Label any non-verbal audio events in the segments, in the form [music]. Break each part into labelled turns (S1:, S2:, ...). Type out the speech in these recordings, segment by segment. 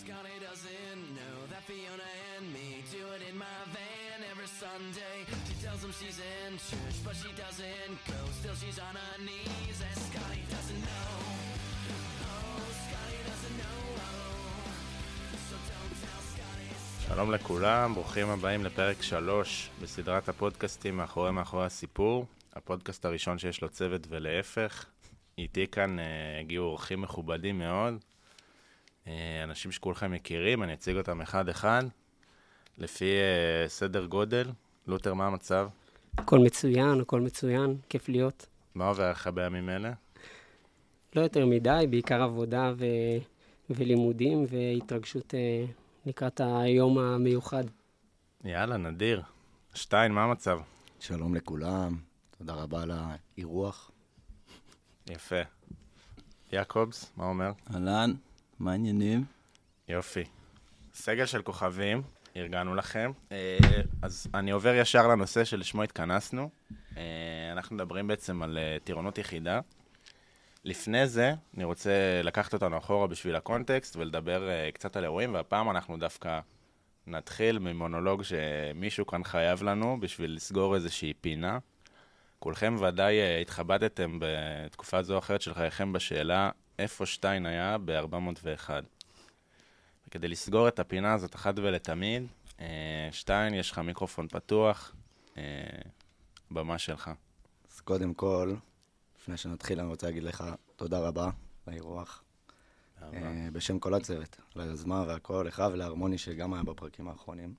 S1: Scotty doesn't know that Fiona and me do it in my van every Sunday. She tells him she's in church, but she doesn't go. Still, she's on her knees, and Scotty doesn't know. Oh, Scotty doesn't know. So don't tell Scotty.
S2: שלום לכולם, ברוכים הבאים לפרק 3 בסדרת הפודקאסטים מאחורי מאחורי הסיפור, הפודקאסט הראשון שיש לו צוות ולהפך. איתי כאן אה, הגיעו אורחים מכובדים מאוד, אה, אנשים שכולכם מכירים, אני אציג אותם אחד-אחד. לפי אה, סדר גודל, לותר, מה המצב?
S3: הכל מצוין, הכל מצוין, כיף להיות.
S2: מה עובר לך בימים אלה?
S3: לא יותר מדי, בעיקר עבודה ו... ולימודים והתרגשות אה, לקראת היום המיוחד.
S2: יאללה, נדיר. שטיין, מה המצב?
S4: שלום לכולם, תודה רבה על האירוח.
S2: יפה. יעקובס, מה אומר?
S5: אהלן, מה העניינים?
S2: יופי. סגל של כוכבים, ארגנו לכם. אה, אז אני עובר ישר לנושא שלשמו התכנסנו. אה, אנחנו מדברים בעצם על אה, טירונות יחידה. לפני זה, אני רוצה לקחת אותנו אחורה בשביל הקונטקסט ולדבר אה, קצת על אירועים, והפעם אנחנו דווקא נתחיל ממונולוג שמישהו כאן חייב לנו בשביל לסגור איזושהי פינה. כולכם ודאי אה, התחבטתם בתקופה זו או אחרת של חייכם בשאלה איפה שטיין היה ב-401. כדי לסגור את הפינה הזאת אחת ולתמיד, אה, שטיין, יש לך מיקרופון פתוח, אה, במה שלך.
S4: אז קודם כל, לפני שנתחיל, אני רוצה להגיד לך תודה רבה על האירוח. אה, בשם כל הצוות, על היוזמה והכל, לך ולהרמוני שגם היה בפרקים האחרונים.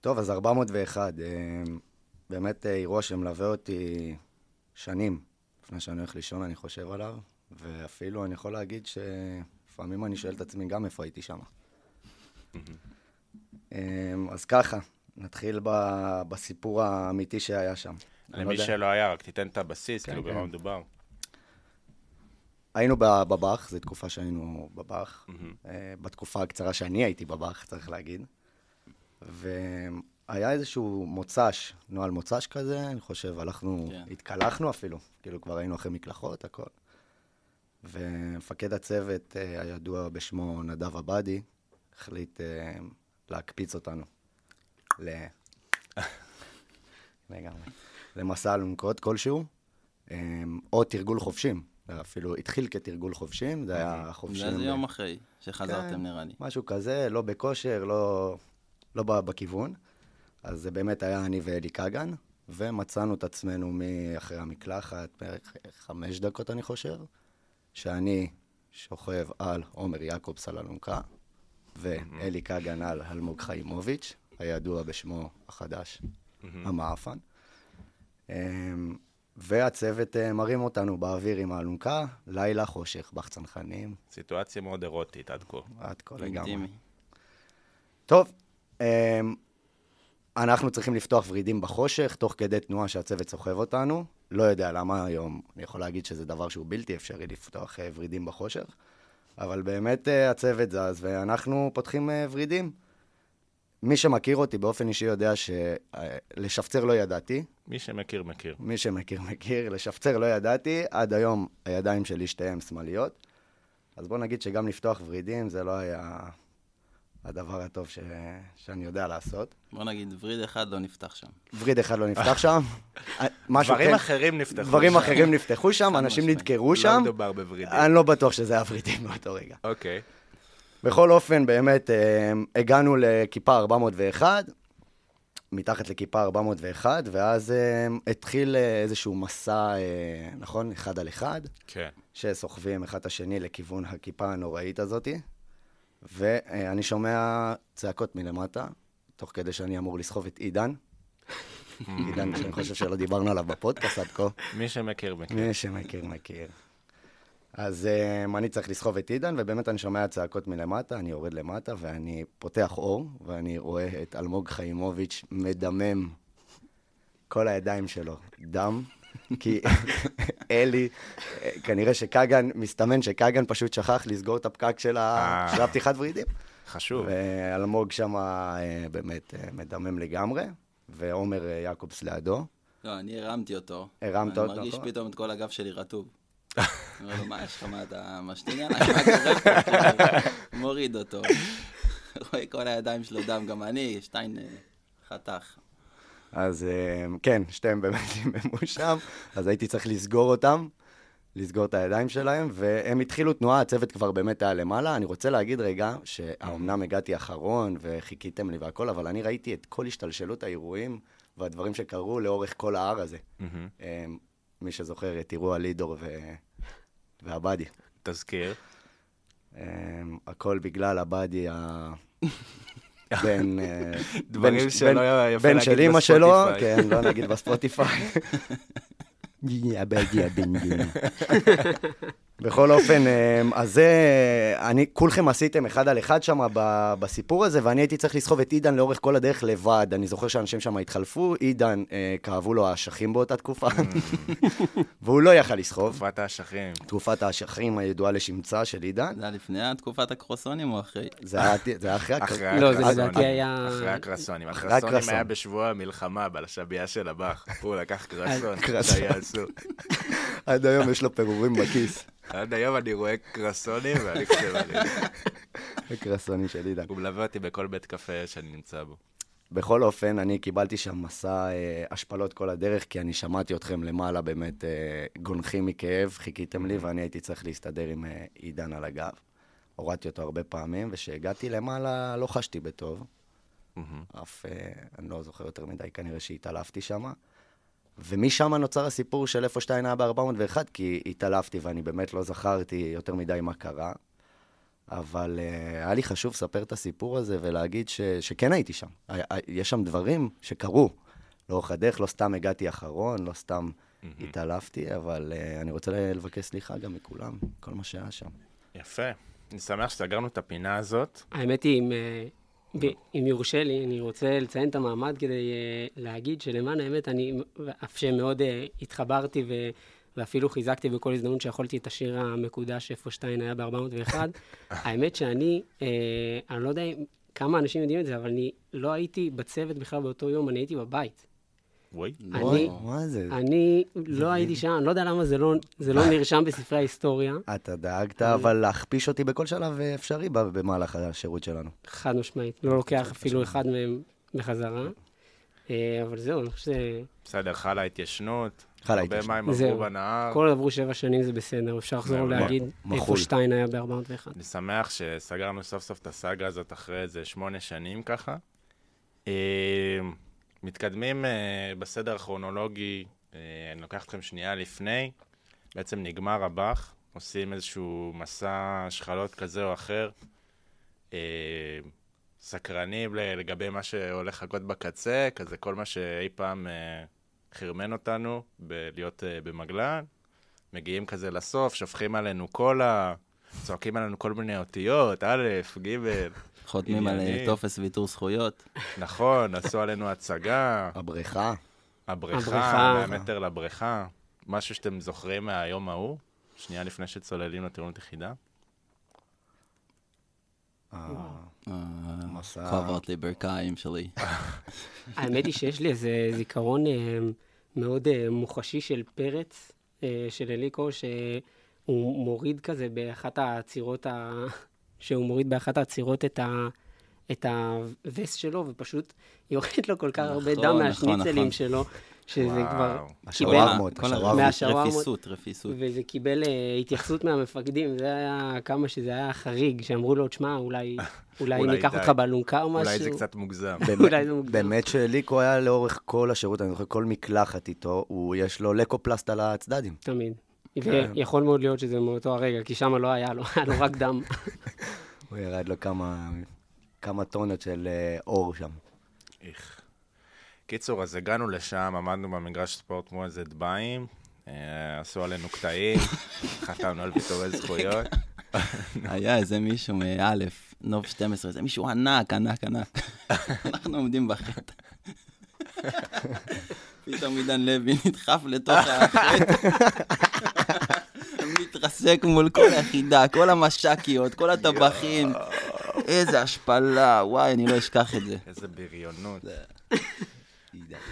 S4: טוב, אז 401, אה, באמת אה, אירוע שמלווה אותי שנים לפני שאני הולך לישון, אני חושב עליו, ואפילו אני יכול להגיד שלפעמים אני שואל את עצמי גם איפה הייתי שם. אה, אז ככה, נתחיל ב- בסיפור האמיתי שהיה שם. אני לא
S2: למי
S4: יודע.
S2: שלא היה, רק תיתן את הבסיס,
S4: כן,
S2: כאילו
S4: כן.
S2: במה מדובר.
S4: היינו ב- בבאח, זו תקופה שהיינו בבאח. אה, בתקופה הקצרה שאני הייתי בבאח, צריך להגיד. והיה איזשהו מוצ"ש, נוהל מוצ"ש כזה, אני חושב, הלכנו,
S5: כן.
S4: התקלחנו אפילו, כאילו כבר היינו אחרי מקלחות, הכל. ומפקד הצוות אה, הידוע בשמו נדב עבאדי, החליט אה, להקפיץ אותנו. ל...
S5: [laughs]
S4: לגמרי. למסע אלונקות כלשהו, אה, או תרגול חובשים. אפילו התחיל כתרגול חובשים, זה היה חובשים.
S5: זה איזה יום
S4: ב-
S5: אחרי
S4: כן.
S5: שחזרתם נראה לי.
S4: משהו כזה, לא בכושר, לא, לא ב- בכיוון. אז זה באמת היה אני ואלי כגן, ומצאנו את עצמנו מאחרי המקלחת, בערך חמש דקות אני חושב, שאני שוכב על עומר יעקובס על אלונקה, ואלי כגן על אלמוג חיימוביץ', הידוע בשמו החדש, המעפן. אמ, והצוות אה, מרים אותנו באוויר עם האלונקה, לילה חושך, בחצנחנים,
S2: סיטואציה מאוד אירוטית עד כה.
S4: עד כה לגמרי.
S5: לגיטימי.
S4: טוב, אמ, אנחנו צריכים לפתוח ורידים בחושך, תוך כדי תנועה שהצוות סוחב אותנו. לא יודע למה היום, אני יכול להגיד שזה דבר שהוא בלתי אפשרי לפתוח אה, ורידים בחושך, אבל באמת אה, הצוות זז, ואנחנו פותחים אה, ורידים. מי שמכיר אותי באופן אישי יודע שלשפצר לא ידעתי,
S2: מי שמכיר, מכיר.
S4: מי שמכיר, מכיר. לשפצר לא ידעתי, עד היום הידיים שלי שתיהן שמאליות. אז בוא נגיד שגם לפתוח ורידים זה לא היה הדבר הטוב ש... שאני יודע לעשות.
S5: בוא נגיד, וריד אחד לא נפתח שם.
S4: וריד אחד לא נפתח
S2: [laughs]
S4: שם. משהו
S2: דברים
S4: כן-
S2: אחרים נפתחו.
S4: דברים
S2: שם.
S4: אחרים נפתחו שם, אנשים
S5: משמעית.
S4: נדקרו
S2: לא
S4: שם.
S2: מדובר בוורידים.
S4: אני לא בטוח שזה היה ורידים באותו רגע.
S2: אוקיי.
S4: בכל אופן, באמת, אה, הגענו לכיפה 401, מתחת לכיפה 401, ואז אה, התחיל אה, איזשהו מסע, אה, נכון? אחד על אחד.
S2: כן.
S4: שסוחבים אחד את השני לכיוון הכיפה הנוראית הזאתי, ואני שומע צעקות מלמטה, תוך כדי שאני אמור לסחוב את עידן. עידן, שאני חושב שלא דיברנו עליו בפודקאסט עד כה.
S2: מי שמכיר, מכיר.
S4: מי שמכיר, מכיר. אז um, אני צריך לסחוב את עידן, ובאמת אני שומע צעקות מלמטה, אני יורד למטה, ואני פותח אור, ואני רואה את אלמוג חיימוביץ' מדמם. כל הידיים שלו, דם. [laughs] כי אלי, אה, כנראה שקאגן, מסתמן שקאגן פשוט שכח לסגור את הפקק של, ה...
S2: אה.
S4: של הפתיחת ורידים.
S2: חשוב.
S4: ואלמוג שם אה, באמת אה, מדמם לגמרי, ועומר אה, יעקובס לידו.
S5: לא, אני הרמתי אותו.
S4: הרמת
S5: אני
S4: אותו,
S5: מרגיש
S4: נכון. [laughs]
S5: פתאום את כל הגב שלי רטוב. אומר לו, מה יש לך, מה אתה משתין עליי? מה קורה פה?" כאילו, מוריד אותו. [laughs] רואה כל הידיים שלו דם, גם אני, שטיין אה, חתך.
S4: אז אה, כן, שתיהם באמת [laughs] דיממו שם, אז הייתי צריך לסגור אותם, לסגור את הידיים שלהם, והם התחילו תנועה, הצוות כבר באמת היה למעלה. אני רוצה להגיד רגע, שאומנם הגעתי אחרון וחיכיתם לי והכל, אבל אני ראיתי את כל השתלשלות האירועים והדברים שקרו לאורך כל ההר הזה.
S2: Mm.
S4: אה, מי שזוכר, את אירוע לידור ו... ועבדי.
S2: תזכיר.
S4: אמ, הכל בגלל הבאדי
S2: [laughs]
S4: ה... בין, אה,
S2: דברים
S4: בין-
S2: שלא
S4: בין-
S2: היה יפה
S4: בין
S2: להגיד
S4: של אימא שלו,
S2: בספוטיפיי.
S4: כן, לא נגיד בספוטיפיי. [laughs] יא הבאדי הבנג'ינה. בכל אופן, אמ, אז זה, אני, כולכם עשיתם אחד על אחד שם ב- בסיפור הזה, ואני הייתי צריך לסחוב את עידן לאורך כל הדרך לבד. אני זוכר שאנשים שם התחלפו, עידן, אה, כאבו לו האשכים באותה תקופה,
S2: Mm.
S4: [laughs] והוא לא יכל לסחוב.
S2: תקופת האשכים.
S4: תקופת האשכים הידועה לשמצה של עידן.
S5: זה היה לפני תקופת הקרוסונים או אחרי?
S4: זה היה זה היה אחרי הקרב.
S2: אחרי
S3: לא, זה
S2: הקרסונים.
S3: לדעתי היה-
S2: אחרי הקרסונים.
S4: אחרי
S2: הקרסונים
S4: הקרסון.
S2: היה בשבוע המלחמה, בלשבייה של הבח. הוא לקח קרסון,
S4: קרסון.
S2: שהיה אסור.
S4: עד היום יש לו פירורים בכיס,
S2: עד היום אני רואה קרסונים
S4: [laughs]
S2: ואני חושב עליהם.
S4: הקרסונים של עידן.
S2: הוא מלווה אותי בכל בית קפה שאני נמצא בו.
S4: בכל אופן, אני קיבלתי שם מסע אה, השפלות כל הדרך, כי אני שמעתי אתכם למעלה באמת אה, גונחים מכאב, חיכיתם לי, ואני הייתי צריך להסתדר עם אה, עידן על הגב. הורדתי אותו הרבה פעמים, וכשהגעתי למעלה לא חשתי בטוב. אף, אה, אני לא זוכר יותר מדי, כנראה שהתעלפתי שם. ומשם נוצר הסיפור של איפה שטיין היה ב-401, כי התעלפתי ואני באמת לא זכרתי יותר מדי מה קרה. אבל uh, היה לי חשוב לספר את הסיפור הזה ולהגיד ש, שכן הייתי שם. היה, היה- יש שם דברים שקרו לאורך הדרך, לא סתם הגעתי אחרון, לא סתם התעלפתי, אבל uh, אני רוצה ל- לבקש סליחה גם מכולם, כל מה שהיה שם.
S2: יפה. אני שמח שסגרנו את הפינה הזאת.
S3: האמת היא, אם, אה, ב- אם יורשה לי, אני רוצה לציין את המעמד כדי אה, להגיד שלמען האמת, אני, אף שמאוד אה, התחברתי ו, ואפילו חיזקתי בכל הזדמנות שיכולתי את השיר המקודש איפה שטיין היה ב-401, האמת שאני, אה, אני לא יודע אם- כמה אנשים יודעים את זה, אבל אני לא הייתי בצוות בכלל באותו יום, אני הייתי בבית.
S2: וואי.
S3: אני,
S4: מה לא זה?
S3: אני לא הייתי שם, אני לא יודע למה זה לא, זה
S4: [laughs]
S3: לא נרשם בספרי ההיסטוריה,
S4: אתה דאגת אבל להכפיש אותי בכל שלב אה, אפשרי ב- במהלך השירות שלנו.
S3: חד משמעית. לא לוקח אפילו אחד מהם בחזרה. אה, אבל זהו, אני חושב
S2: בסדר, חלה התיישנות.
S4: חלה
S2: הרבה
S4: התיישנות.
S2: מים עברו
S3: זהו.
S2: בנהר.
S3: שכל עברו שבע שנים זה בסדר, אפשר לחזור
S2: מעולה.
S3: להגיד איפה
S4: אה. לא, מחול.
S3: שטיין היה ב-401.
S2: אני שמח שסגרנו סוף סוף את הסאגה הזאת אחרי איזה שמונה שנים ככה. אה, מתקדמים אה, בסדר הכרונולוגי, אה, אני לוקח אתכם שנייה לפני, בעצם נגמר הבאח, עושים איזשהו מסע השחלות כזה או אחר, אה, סקרנים ל- לגבי מה שהולך לחכות בקצה, כזה כל מה שאי פעם אה, חרמן אותנו בלהיות אה, במגלן, מגיעים כזה לסוף, שופכים עלינו קולה, צועקים עלינו כל מיני אותיות, א', ג',
S5: חותמים על אה,
S2: ענייני.
S5: טופס ויתור זכויות.
S2: נכון, עשו עלינו הצגה,
S4: הבריכה,
S2: הבריכה,
S3: הבריכה.
S2: מהמטר לבריכה, משהו שאתם זוכרים מהיום ההוא, שנייה לפני שצוללים לטירונות יחידה.
S5: אה,
S4: המסע.
S5: כואבות לי ברכיים שלי.
S3: האמת היא שיש לי איזה זיכרון אה, מאוד אה, מוחשי של פרץ, אה, של אליקו, שהוא מוריד כזה באחת העצירות, ה... שהוא מוריד באחת העצירות את ה... את הווסט שלו, ופשוט יורד לו כל כך הרבה
S5: נכון,
S3: דם
S5: נכון,
S3: מהשניצלים
S5: נכון.
S3: שלו, שזה כבר
S2: וואו.
S3: קיבל
S4: השווארמות,
S5: כל ה-
S4: השווארמות.
S3: מהשווארמות.
S5: רפיסות, רפיסות.
S3: וזה קיבל אה, התייחסות מהמפקדים, זה היה כמה שזה היה חריג, שאמרו לו, תשמע, אולי, אולי
S2: אולי
S3: ניקח
S2: די.
S3: אותך באלונקה או משהו.
S2: אולי זה קצת מוגזם.
S3: [laughs] אולי זה מוגזם.
S4: באמת שליקו היה לאורך כל השירות, אני זוכר כל מקלחת איתו, הוא יש לו לקופלסט על הצדדים.
S3: תמיד.
S5: כן.
S3: ויכול מאוד להיות שזה מאותו הרגע, כי שם לא היה לו, היה לו רק דם.
S4: הוא ירד לו כמה, כמה טונות של אה, אור שם.
S2: איך. קיצור, אז הגענו לשם, עמדנו במגרש ספורט כמו איזה דביים, אה, עשו עלינו קטעים, חתמנו על ויתורי זכויות.
S5: היה איזה מישהו מא', נוב 12, זה מישהו ענק, ענק, [laughs] ענק. אנחנו עומדים בחטא. [laughs] פתאום עידן לוי נדחף לתוך החטא. [laughs] מתרסק מול כל היחידה, כל המש"קיות, כל הטבחים. איזה השפלה, וואי, אני לא אשכח את זה.
S2: איזה בריונות.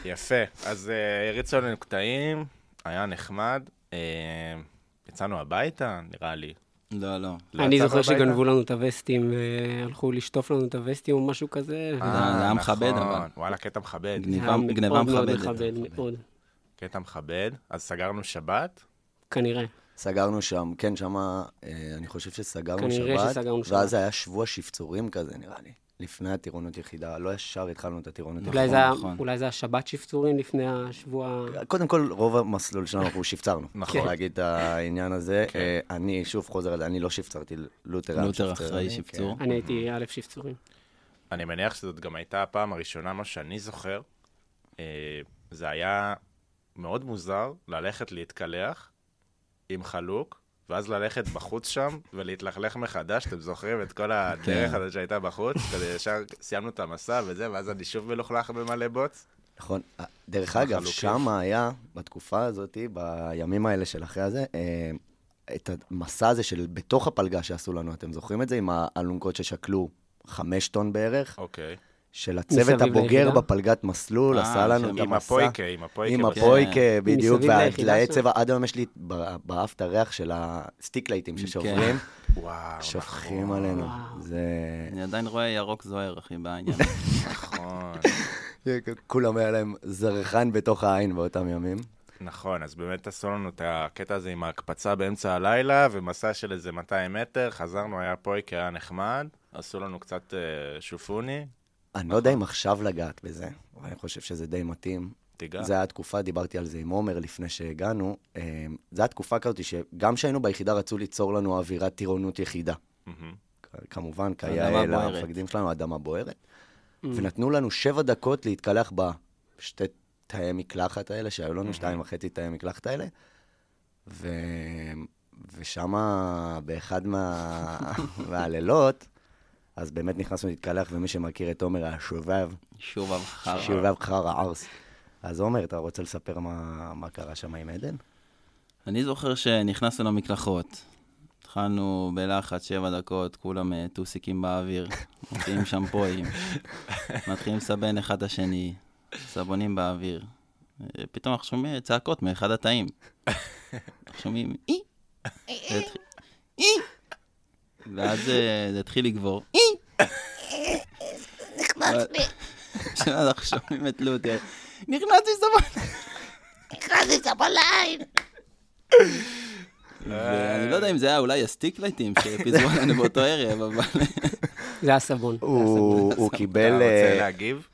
S2: יפה, אז אה, הריצו עלינו קטעים, היה נחמד. אה, יצאנו הביתה, נראה לי.
S5: לא, [laughs] לא.
S2: לא
S3: אני
S2: יצאנו
S3: זוכר
S2: הביתה?
S3: שגנבו לנו את הווסטים, אה, הלכו לשטוף לנו את הווסטים או משהו כזה.
S2: אה,
S5: זה היה
S2: נכון.
S5: מכבד, אבל.
S2: וואלה, קטע מכבד.
S3: זה
S5: גניבה-
S3: היה
S5: גניבה
S3: מאוד מאוד
S5: מכבדת.
S3: מכבד, מאוד.
S2: קטע מכבד. אז סגרנו שבת,
S3: כנראה.
S5: נכון,
S4: סגרנו שם, כן, שמה, אה, אני חושב שסגרנו שבת.
S3: כנראה שסגרנו שבת.
S4: ואז היה שבוע שפצורים כזה, נראה לי. לפני הטירונות יחידה, לא ישר התחלנו את הטירונות יחידה.
S3: אולי זה היה-
S5: נכון.
S3: אולי זה היה שבת שפצורים לפני השבוע...
S4: קודם כל, רוב המסלול שלנו אנחנו שפצרנו.
S2: נכון.
S4: [laughs] נכון. להגיד את העניין הזה. אה, אני שוב חוזר על זה, אני לא שפצרתי, לותר היה
S5: לותר
S4: שפצר, כן.
S5: אחרי
S4: אני,
S5: שפצור.
S3: אני הייתי א' שפצורים.
S2: אני מניח שזאת גם הייתה הפעם הראשונה, מה שאני זוכר. אה, זה היה מאוד מוזר ללכת להתקלח עם חלוק, ואז ללכת בחוץ שם ולהתלכלך מחדש. אתם זוכרים את כל הדרך
S5: כן.
S2: הזאת שהייתה בחוץ? כזה ישר סיימנו את המסע וזה, ואז אני שוב מלוכלך במלא בוץ.
S4: נכון. אה, דרך אגב,
S2: החלוקים.
S4: שמה היה, בתקופה הזאת, בימים האלה של אחרי הזה, אה, את המסע הזה של בתוך הפלגה שעשו לנו, אתם זוכרים את זה? עם האלונקות ששקלו חמש טון בערך,
S2: אוקיי.
S4: של הצוות
S3: מסביב
S4: הבוגר
S3: ליחידה?
S4: בפלגת מסלול,
S5: אה,
S4: עשה לנו את
S5: שם
S4: המסע.
S2: עם הפויקה, עם הפויקה.
S4: עם
S2: בסוף.
S4: הפויקה, בדיוק,
S3: כן. מסביב ליחידה
S4: ולעצב, עד היום יש לי ב- באף את הריח של הסטיק לייטים
S3: כן.
S4: ששוברים,
S2: אה, וואו, נכון,
S4: שופכים עלינו.
S3: וואו.
S4: זה...
S5: אני עדיין רואה ירוק זוהר, אחי, [laughs] בעניין.
S2: נכון.
S4: כולם היה להם זרחן בתוך העין באותם ימים.
S2: נכון, אז באמת עשו לנו את הקטע הזה עם ההקפצה באמצע הלילה, ומסע של איזה 200 מטר, חזרנו, היה פויקה, היה נחמד, עשו לנו קצת אה, שופוני,
S4: אני לא יודע אם עכשיו לגעת בזה, אבל אני חושב שזה די מתאים.
S5: כן.
S2: תיגע.
S4: זה היה התקופה, דיברתי על זה עם עומר לפני שהגענו, אה, זה היה תקופה כזאת שגם כשהיינו ביחידה רצו ליצור לנו אווירת טירונות יחידה.
S2: מהמם.
S4: כ- כמובן,
S5: אדמה
S4: כיאה
S5: בוערת. Mm.
S4: למפקדים שלנו, אדמה בוערת. ונתנו לנו שבע דקות להתקלח בשתי תאי מקלחת האלה, שהיו
S5: Mm-hmm.
S4: לנו שתיים וחצי תאי מקלחת האלה. ו... ושמה, באחד מה...
S5: [laughs]
S4: מהלילות, אז באמת נכנסנו להתקלח, ומי שמכיר את עומר היה שובב,
S5: שוב הבחר.
S4: שובב חרא ערס. אז עומר, אתה רוצה לספר מה, מה קרה שם עם עדן?
S5: אני זוכר שנכנסנו למקלחות. התחלנו בלחץ שבע דקות, כולם אה, טוסיקים באוויר, מוציאים שמפויים, מתחילים לסבן אחד את השני, סבונים באוויר. אה, פתאום אנחנו שומעים צעקות מאחד התאים. אנחנו שומעים אי, זה התחיל- אי, ואז אה, זה התחיל לגבור, אי. נחמץ [laughs] לי. אנחנו שומעים את לותר, נכנסתי סבון. ואני לא
S4: אה.
S5: יודע אם זה היה אולי הסטיק לייטים
S4: [laughs]
S5: שפיזרו עלינו באותו ערב, אבל...
S3: זה היה סבון.
S4: הוא, הוא
S2: אתה
S4: קיבל...
S2: רוצה
S4: אה,
S2: להגיב?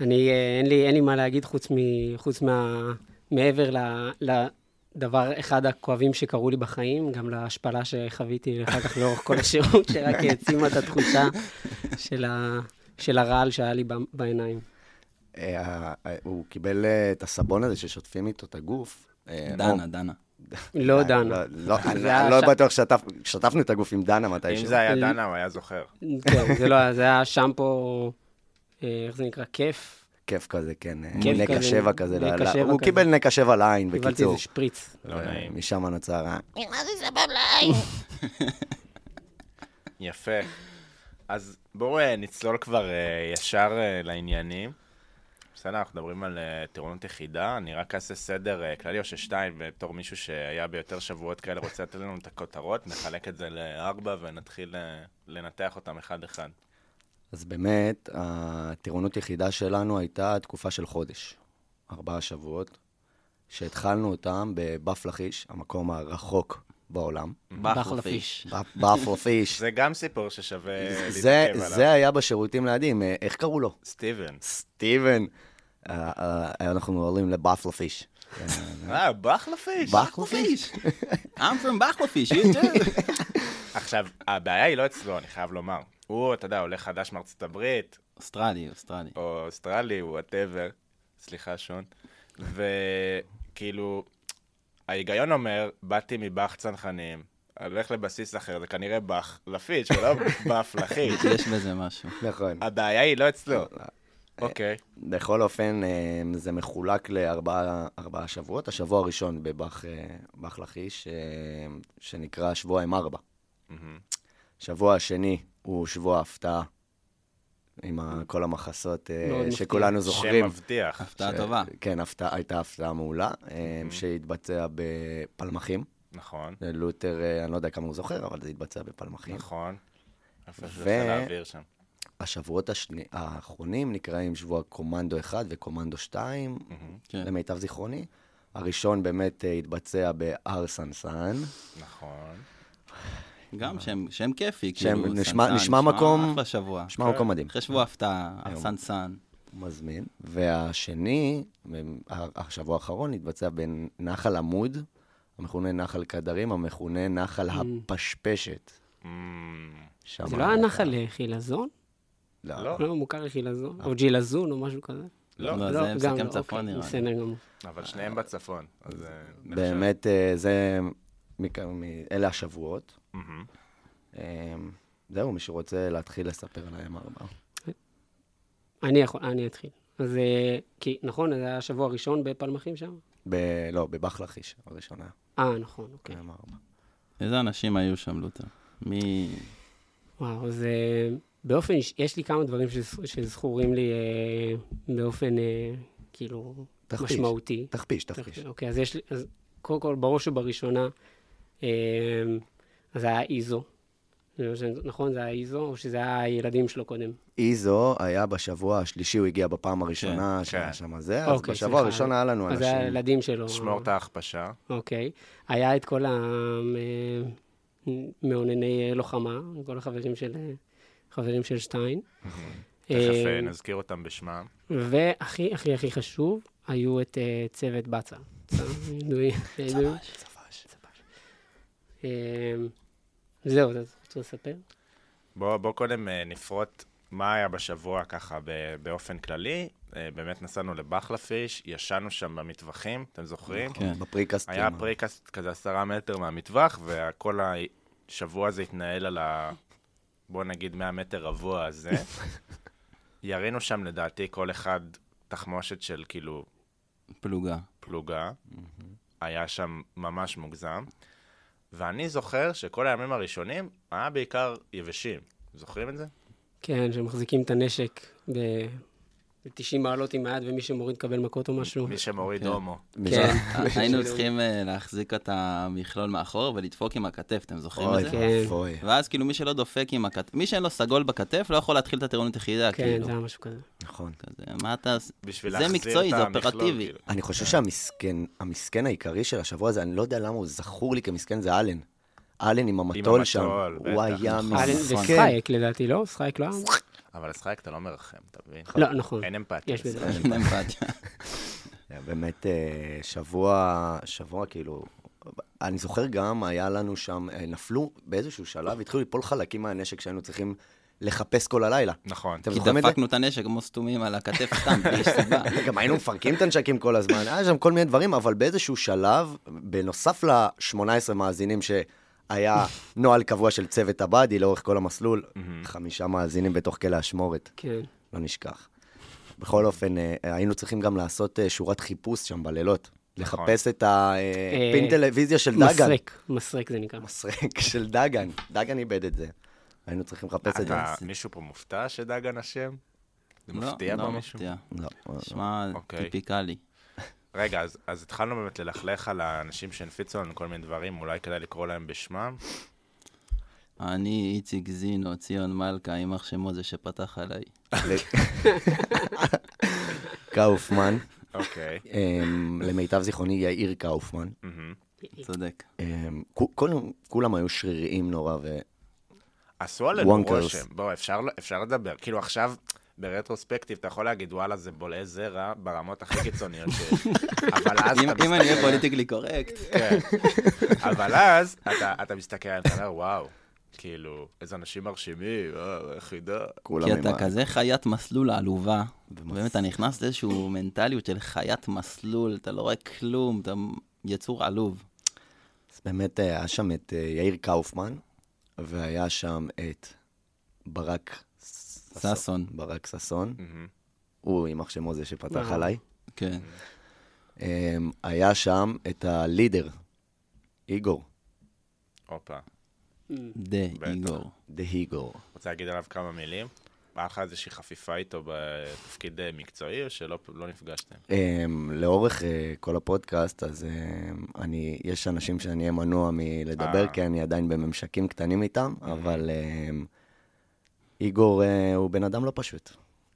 S3: אני, אה, אין לי, אין לי מה להגיד חוץ, מ, חוץ מה... מעבר ל, לדבר, אחד הכואבים שקרו לי בחיים, גם להשפלה שחוויתי אחר כך לאורך כל השירות, שרק העצימה את התחושה של, ה, של הרעל שהיה לי ב- בעיניים.
S4: אה, אה, הוא קיבל אה, את הסבון הזה ששוטפים איתו את הגוף. אה,
S5: דנה, דנה.
S3: לא דן.
S4: לא, לא,
S3: [laughs]
S4: אני
S3: זה היה
S4: לא
S3: ש-
S4: בטוח ששתפנו שתפנו את הגוף עם דנה מתישהו.
S2: אם זה היה
S3: של-
S2: דנה, הוא היה זוכר.
S3: כן, זה לא היה, זה היה שמפו, אה, איך זה נקרא? כיף.
S4: כיף כזה, כן. אה,
S3: כיף
S4: נקע
S3: כזה,
S4: שבע כזה.
S3: נקע
S4: לא- לא-
S3: שבע
S4: הוא
S3: כזה.
S4: קיבל נקע שבע לעין,
S3: קיבלתי
S4: בקיצור. אה,
S3: איזה שפריץ.
S2: לא נעים.
S4: משם אה. נוצר ה...
S2: יפה. אז בואו אה, נצלול כבר אה, ישר אה, לעניינים. בסדר, אנחנו מדברים על אה, טירונות יחידה, אני רק אעשה סדר אה, כללי או ששתיים, בתור מישהו שהיה ביותר שבועות כאלה רוצה לתת לנו את הכותרות, נחלק את זה לארבע ונתחיל אה, לנתח אותם אחד-אחד.
S4: אז באמת, הטירונות יחידה שלנו הייתה תקופה של חודש, ארבעה שבועות, שהתחלנו אותם בבפלחיש, המקום הרחוק בעולם.
S5: בחלפיש.
S2: [laughs]
S4: בפלחיש.
S2: זה גם סיפור ששווה
S4: זה,
S2: להתעכב עליו.
S4: זה היה בשירותים לידי, עם, אה, איך קראו לו?
S2: סטיבן.
S4: סטיבן. אה, אה, אנחנו עולים לבפלפיש.
S2: אה, בחלפיש.
S5: בחלפיש. I'm from בחלפיש, you too.
S2: עכשיו, הבעיה היא לא אצלו, אני חייב לומר. הוא, אתה יודע, עולה חדש מארצות הברית,
S5: אוסטרלי, אוסטרלי.
S2: או אוסטרלי, וואטאבר, סליחה, שון. וכאילו, ההיגיון אומר, באתי מבאח צנחנים, הולך לבסיס אחר, זה כנראה באח לפיץ',
S4: [laughs]
S2: ולא באף לחיץ'.
S4: אוקיי.
S5: יש בזה משהו.
S4: נכון.
S2: הבעיה היא לא אצלו. אוקיי.
S4: בכל אופן, אה, זה מחולק לארבעה ארבעה שבועות. השבוע הראשון בבאח אה, באח לכיש, אה, שנקרא שבוע עם ארבע. שבוע השני הוא שבוע ההפתעה, עם ה- כל המחסות אה,
S3: מאוד מפתיע.
S4: שכולנו
S2: שם
S4: זוכרים.
S2: מבטיח.
S5: הפתעה טובה. אוקיי.
S4: כן, הפתעה- הייתה הפתעה מעולה, אה, שהתבצע בפלמחים.
S2: נכון,
S4: ללותר, אה, אני לא יודע כמה הוא זוכר, אבל זה התבצע בפלמחים.
S2: נכון. איפה שזה
S4: ו-
S2: חיל האוויר שם.
S4: השבועות השני, האחרונים נקראים שבוע קומנדו 1 וקומנדו 2,
S5: כן.
S4: למיטב זיכרוני. הראשון באמת אה, התבצע בהר סנסן,
S2: נכון.
S5: גם שם, שם כיפי,
S4: אה. שם
S5: כאילו,
S4: נשמע-
S5: סנסן,
S4: נשמע מקום-
S5: אחלה שבוע.
S4: נשמע מקום מדהים,
S5: אה,
S4: אה.
S5: אחרי שבוע הפתעה, סנסן.
S4: מזמין. והשני, מ- ה- השבוע האחרון, התבצע בנחל עמוד, המכונה נחל קדרים, המכונה נחל הפשפשת.
S2: אמ,
S4: שם
S3: Mm. זה לא היה נחל אה, חילזון?
S4: לא.
S2: לא,
S3: לא מוכר לחילזון? או ג'ילזון או משהו כזה?
S2: לא,
S5: לא, זה
S3: גם
S5: מסכם
S3: לא,
S5: צפון
S3: אוקיי,
S5: נראה לי.
S3: בסדר גמור.
S2: אבל שניהם בצפון. אז אה, נחשב.
S4: באמת, אה, זה... מכ- מ- אלה השבועות.
S2: אמ,
S4: אה, זהו, מישהו רוצה להתחיל לספר על ה-M4.
S3: אני יכול, אני אתחיל. אז אה, כי, נכון, זה היה השבוע הראשון בפלמחים שם?
S4: ב- לא, בבחלחיש, הראשונה.
S3: אה, נכון, אוקיי.
S4: M4.
S5: איזה אנשים היו שם, לותר? מי...
S3: וואו, אז אה, באופן, איש- יש לי כמה דברים שז- שזכורים לי אה, באופן, אה, כאילו,
S4: תכפיש.
S3: משמעותי.
S4: תכפיש, תכפיש.
S3: אוקיי, אז יש לי, אז קודם כל, בראש ובראשונה, אה, זה היה איזו. זה מה שאני- נכון, זה היה איזו, או שזה היה הילדים שלו קודם?
S4: איזו היה בשבוע השלישי, הוא הגיע בפעם הראשונה
S2: כן.
S4: שהיה שם זה, אז
S3: אוקיי,
S4: בשבוע
S3: סליחה.
S4: הראשון היה לנו
S3: אז זה היה
S4: אנשים.
S3: הילדים שלו.
S2: שמור את ההכפשה.
S3: אוקיי. היה את כל המאונני אה, לוחמה, כל החברים של, חברים של שטיין.
S2: תכף
S3: אה,
S2: אה, נזכיר אותם בשמם.
S3: והכי הכי הכי חשוב, היו את אה, צוות בצע. ידועים, ידועים.
S4: צבש.
S3: אה, זהו, אז רוצה לספר?
S2: בוא, בוא קודם אה, נפרוט מה היה בשבוע ככה ב- באופן כללי. אה, באמת נסענו לבחלפיש, ישנו שם במטווחים, אתם זוכרים?
S4: נכון.
S5: כן.
S4: בפריקסט.
S2: היה פריקס כזה עשרה מטר מהמטווח, וכל השבוע הזה התנהל על ה... בוא נגיד 100 מטר רבוע הזה. ירינו שם לדעתי כל אחד תחמושת של כאילו
S5: פלוגה.
S2: פלוגה. היה שם ממש מוגזם. ואני זוכר שכל הימים הראשונים היה בעיקר יבשים. זוכרים את זה?
S3: כן, שמחזיקים את הנשק ב- ב-90 מעלות עם היד, ומי שמוריד מקבל מכות או משהו.
S2: מי שמוריד
S5: כן.
S2: הומו.
S3: כן.
S4: [laughs]
S5: היינו צריכים אה, להחזיק את המכלול מאחור ולדפוק עם הכתף, אתם זוכרים את
S4: אוי
S5: זה?
S3: כן.
S4: ואבוי.
S5: ואז כאילו מי שלא דופק עם הכתף, מי שאין לו סגול בכתף לא יכול להתחיל את הטירונות יחידה,
S3: כן,
S2: לא.
S5: כאילו.
S3: זה היה משהו כזה.
S4: נכון.
S5: כזה, מה אתה...
S2: בשביל
S5: זה
S2: להחזיר את
S5: מקצועי, זה
S2: המכלול,
S5: אופרטיבי.
S2: כאילו.
S4: אני חושב שהמסכן, המסכן העיקרי של השבוע הזה, אני לא יודע למה הוא זכור לי כמסכן, זה אלן. אלן עם המטול
S2: המטול,
S4: שם.
S2: בטח.
S4: הוא היה
S2: לא,
S5: נכון.
S3: אלן
S5: נכון.
S4: מסכן.
S3: וסחייק אה, לדעתי, לא? סחייק לא היה?
S2: אבל סחייק אתה לא מרחם, אתה מבין?
S3: לא, נכון.
S2: אין אמפתיה.
S3: יש בזה.
S2: זה-
S5: אין אמפתיה.
S4: היה באמת אה, שבוע, שבוע כאילו... אני זוכר גם, היה לנו שם, אה, נפלו באיזשהו שלב, התחילו ליפול חלקים מהנשק שהיינו צריכים לחפש כל הלילה.
S2: נכון.
S4: אתם
S5: כי
S4: זוכרים את זה?
S5: דפקנו את הנשק כמו סתומים על הכתף סתם, בלי סיבה.
S4: גם היינו מפרקים את הנשקים כל הזמן, היה שם כל מיני דברים, אבל באיזשהו שלב, בנוסף ל-18 מאזינים שהיה נוהל קבוע של צוות הבאדי לאורך כל המסלול, חמישה מאזינים בתוך כלא אשמורת,
S3: כן.
S4: לא נשכח. בכל אופן, אה, היינו צריכים גם לעשות אה, שורת חיפוש שם בלילות.
S2: נכון.
S4: לחפש את
S3: אה,
S4: הפין טלוויזיה של דגן.
S3: מסרק, מסרק זה נקרא.
S4: מסרק של דגן. דגן איבד את זה. היינו צריכים לחפש את זה.
S2: אתה, מישהו פה מופתע שדגן אשם? זה
S5: לא,
S2: מפתיע
S5: לא
S2: במישהו?
S5: מפתיע.
S4: לא,
S5: נשמע
S2: אוקיי.
S5: טיפיקלי.
S2: רגע, אז, אז התחלנו באמת ללכלך על האנשים שהנפיצו לנו כל מיני דברים, אולי כדאי לקרוא
S5: [laughs]
S2: להם בשמם.
S5: אני איציק זינו, ציון מלכה, יימח שמו זה שפתח עליי.
S4: קאופמן.
S2: אוקיי.
S4: אמ, למיטב זיכרוני, יאיר קאופמן.
S2: מהמם.
S5: צודק.
S4: אמ, כו- כולם- כולם היו שריריים נורא, ו-
S2: עשו עלינו
S4: Wonkers.
S2: רושם. בוא, אפשר, אפשר לדבר. כאילו עכשיו, ברטרוספקטיב, אתה יכול להגיד, וואלה, זה בולעי זרע ברמות הכי קיצוניות
S5: [laughs]
S2: שיש. אבל אז
S5: אם
S2: אתה
S5: אם אני אהיה פוליטיקלי קורקט,
S2: כן. אבל אז אתה, אתה מסתכל עליהם, אתה אומר, וואו, כאילו, איזה אנשים מרשימים, וואו, יחידה.
S4: כולם...
S5: כי
S4: עם
S5: אתה
S4: ה-
S5: כזה חיית מסלול עלובה. באמת, אתה נכנס לאיזשהו מנטליות של חיית מסלול, אתה לא רואה כלום, אתה יצור עלוב.
S4: אז באמת אה, היה שם את אה, יאיר קאופמן, והיה שם את ברק ס-
S5: ששון.
S4: ברק ששון.
S2: מהמם.
S4: הוא, יימח שמו זה שפתח
S3: וואו.
S4: עליי.
S5: כן.
S4: אמ, היה שם את הלידר, איגור,
S2: הופה.
S5: דה,
S2: בטח.
S5: איגור.
S4: דה היגור.
S2: רוצה להגיד עליו כמה מילים? היה לך איזושהי חפיפה איתו בתפקיד אה, מקצועי, או שלא לא נפגשתם?
S4: אמ, לאורך אה, כל הפודקאסט, אז אמ, אני, יש אנשים שאני אהיה מנוע מלדבר,
S2: אה.
S4: כי אני עדיין בממשקים קטנים איתם, אבל אמ, איגור אה, הוא בן אדם לא פשוט.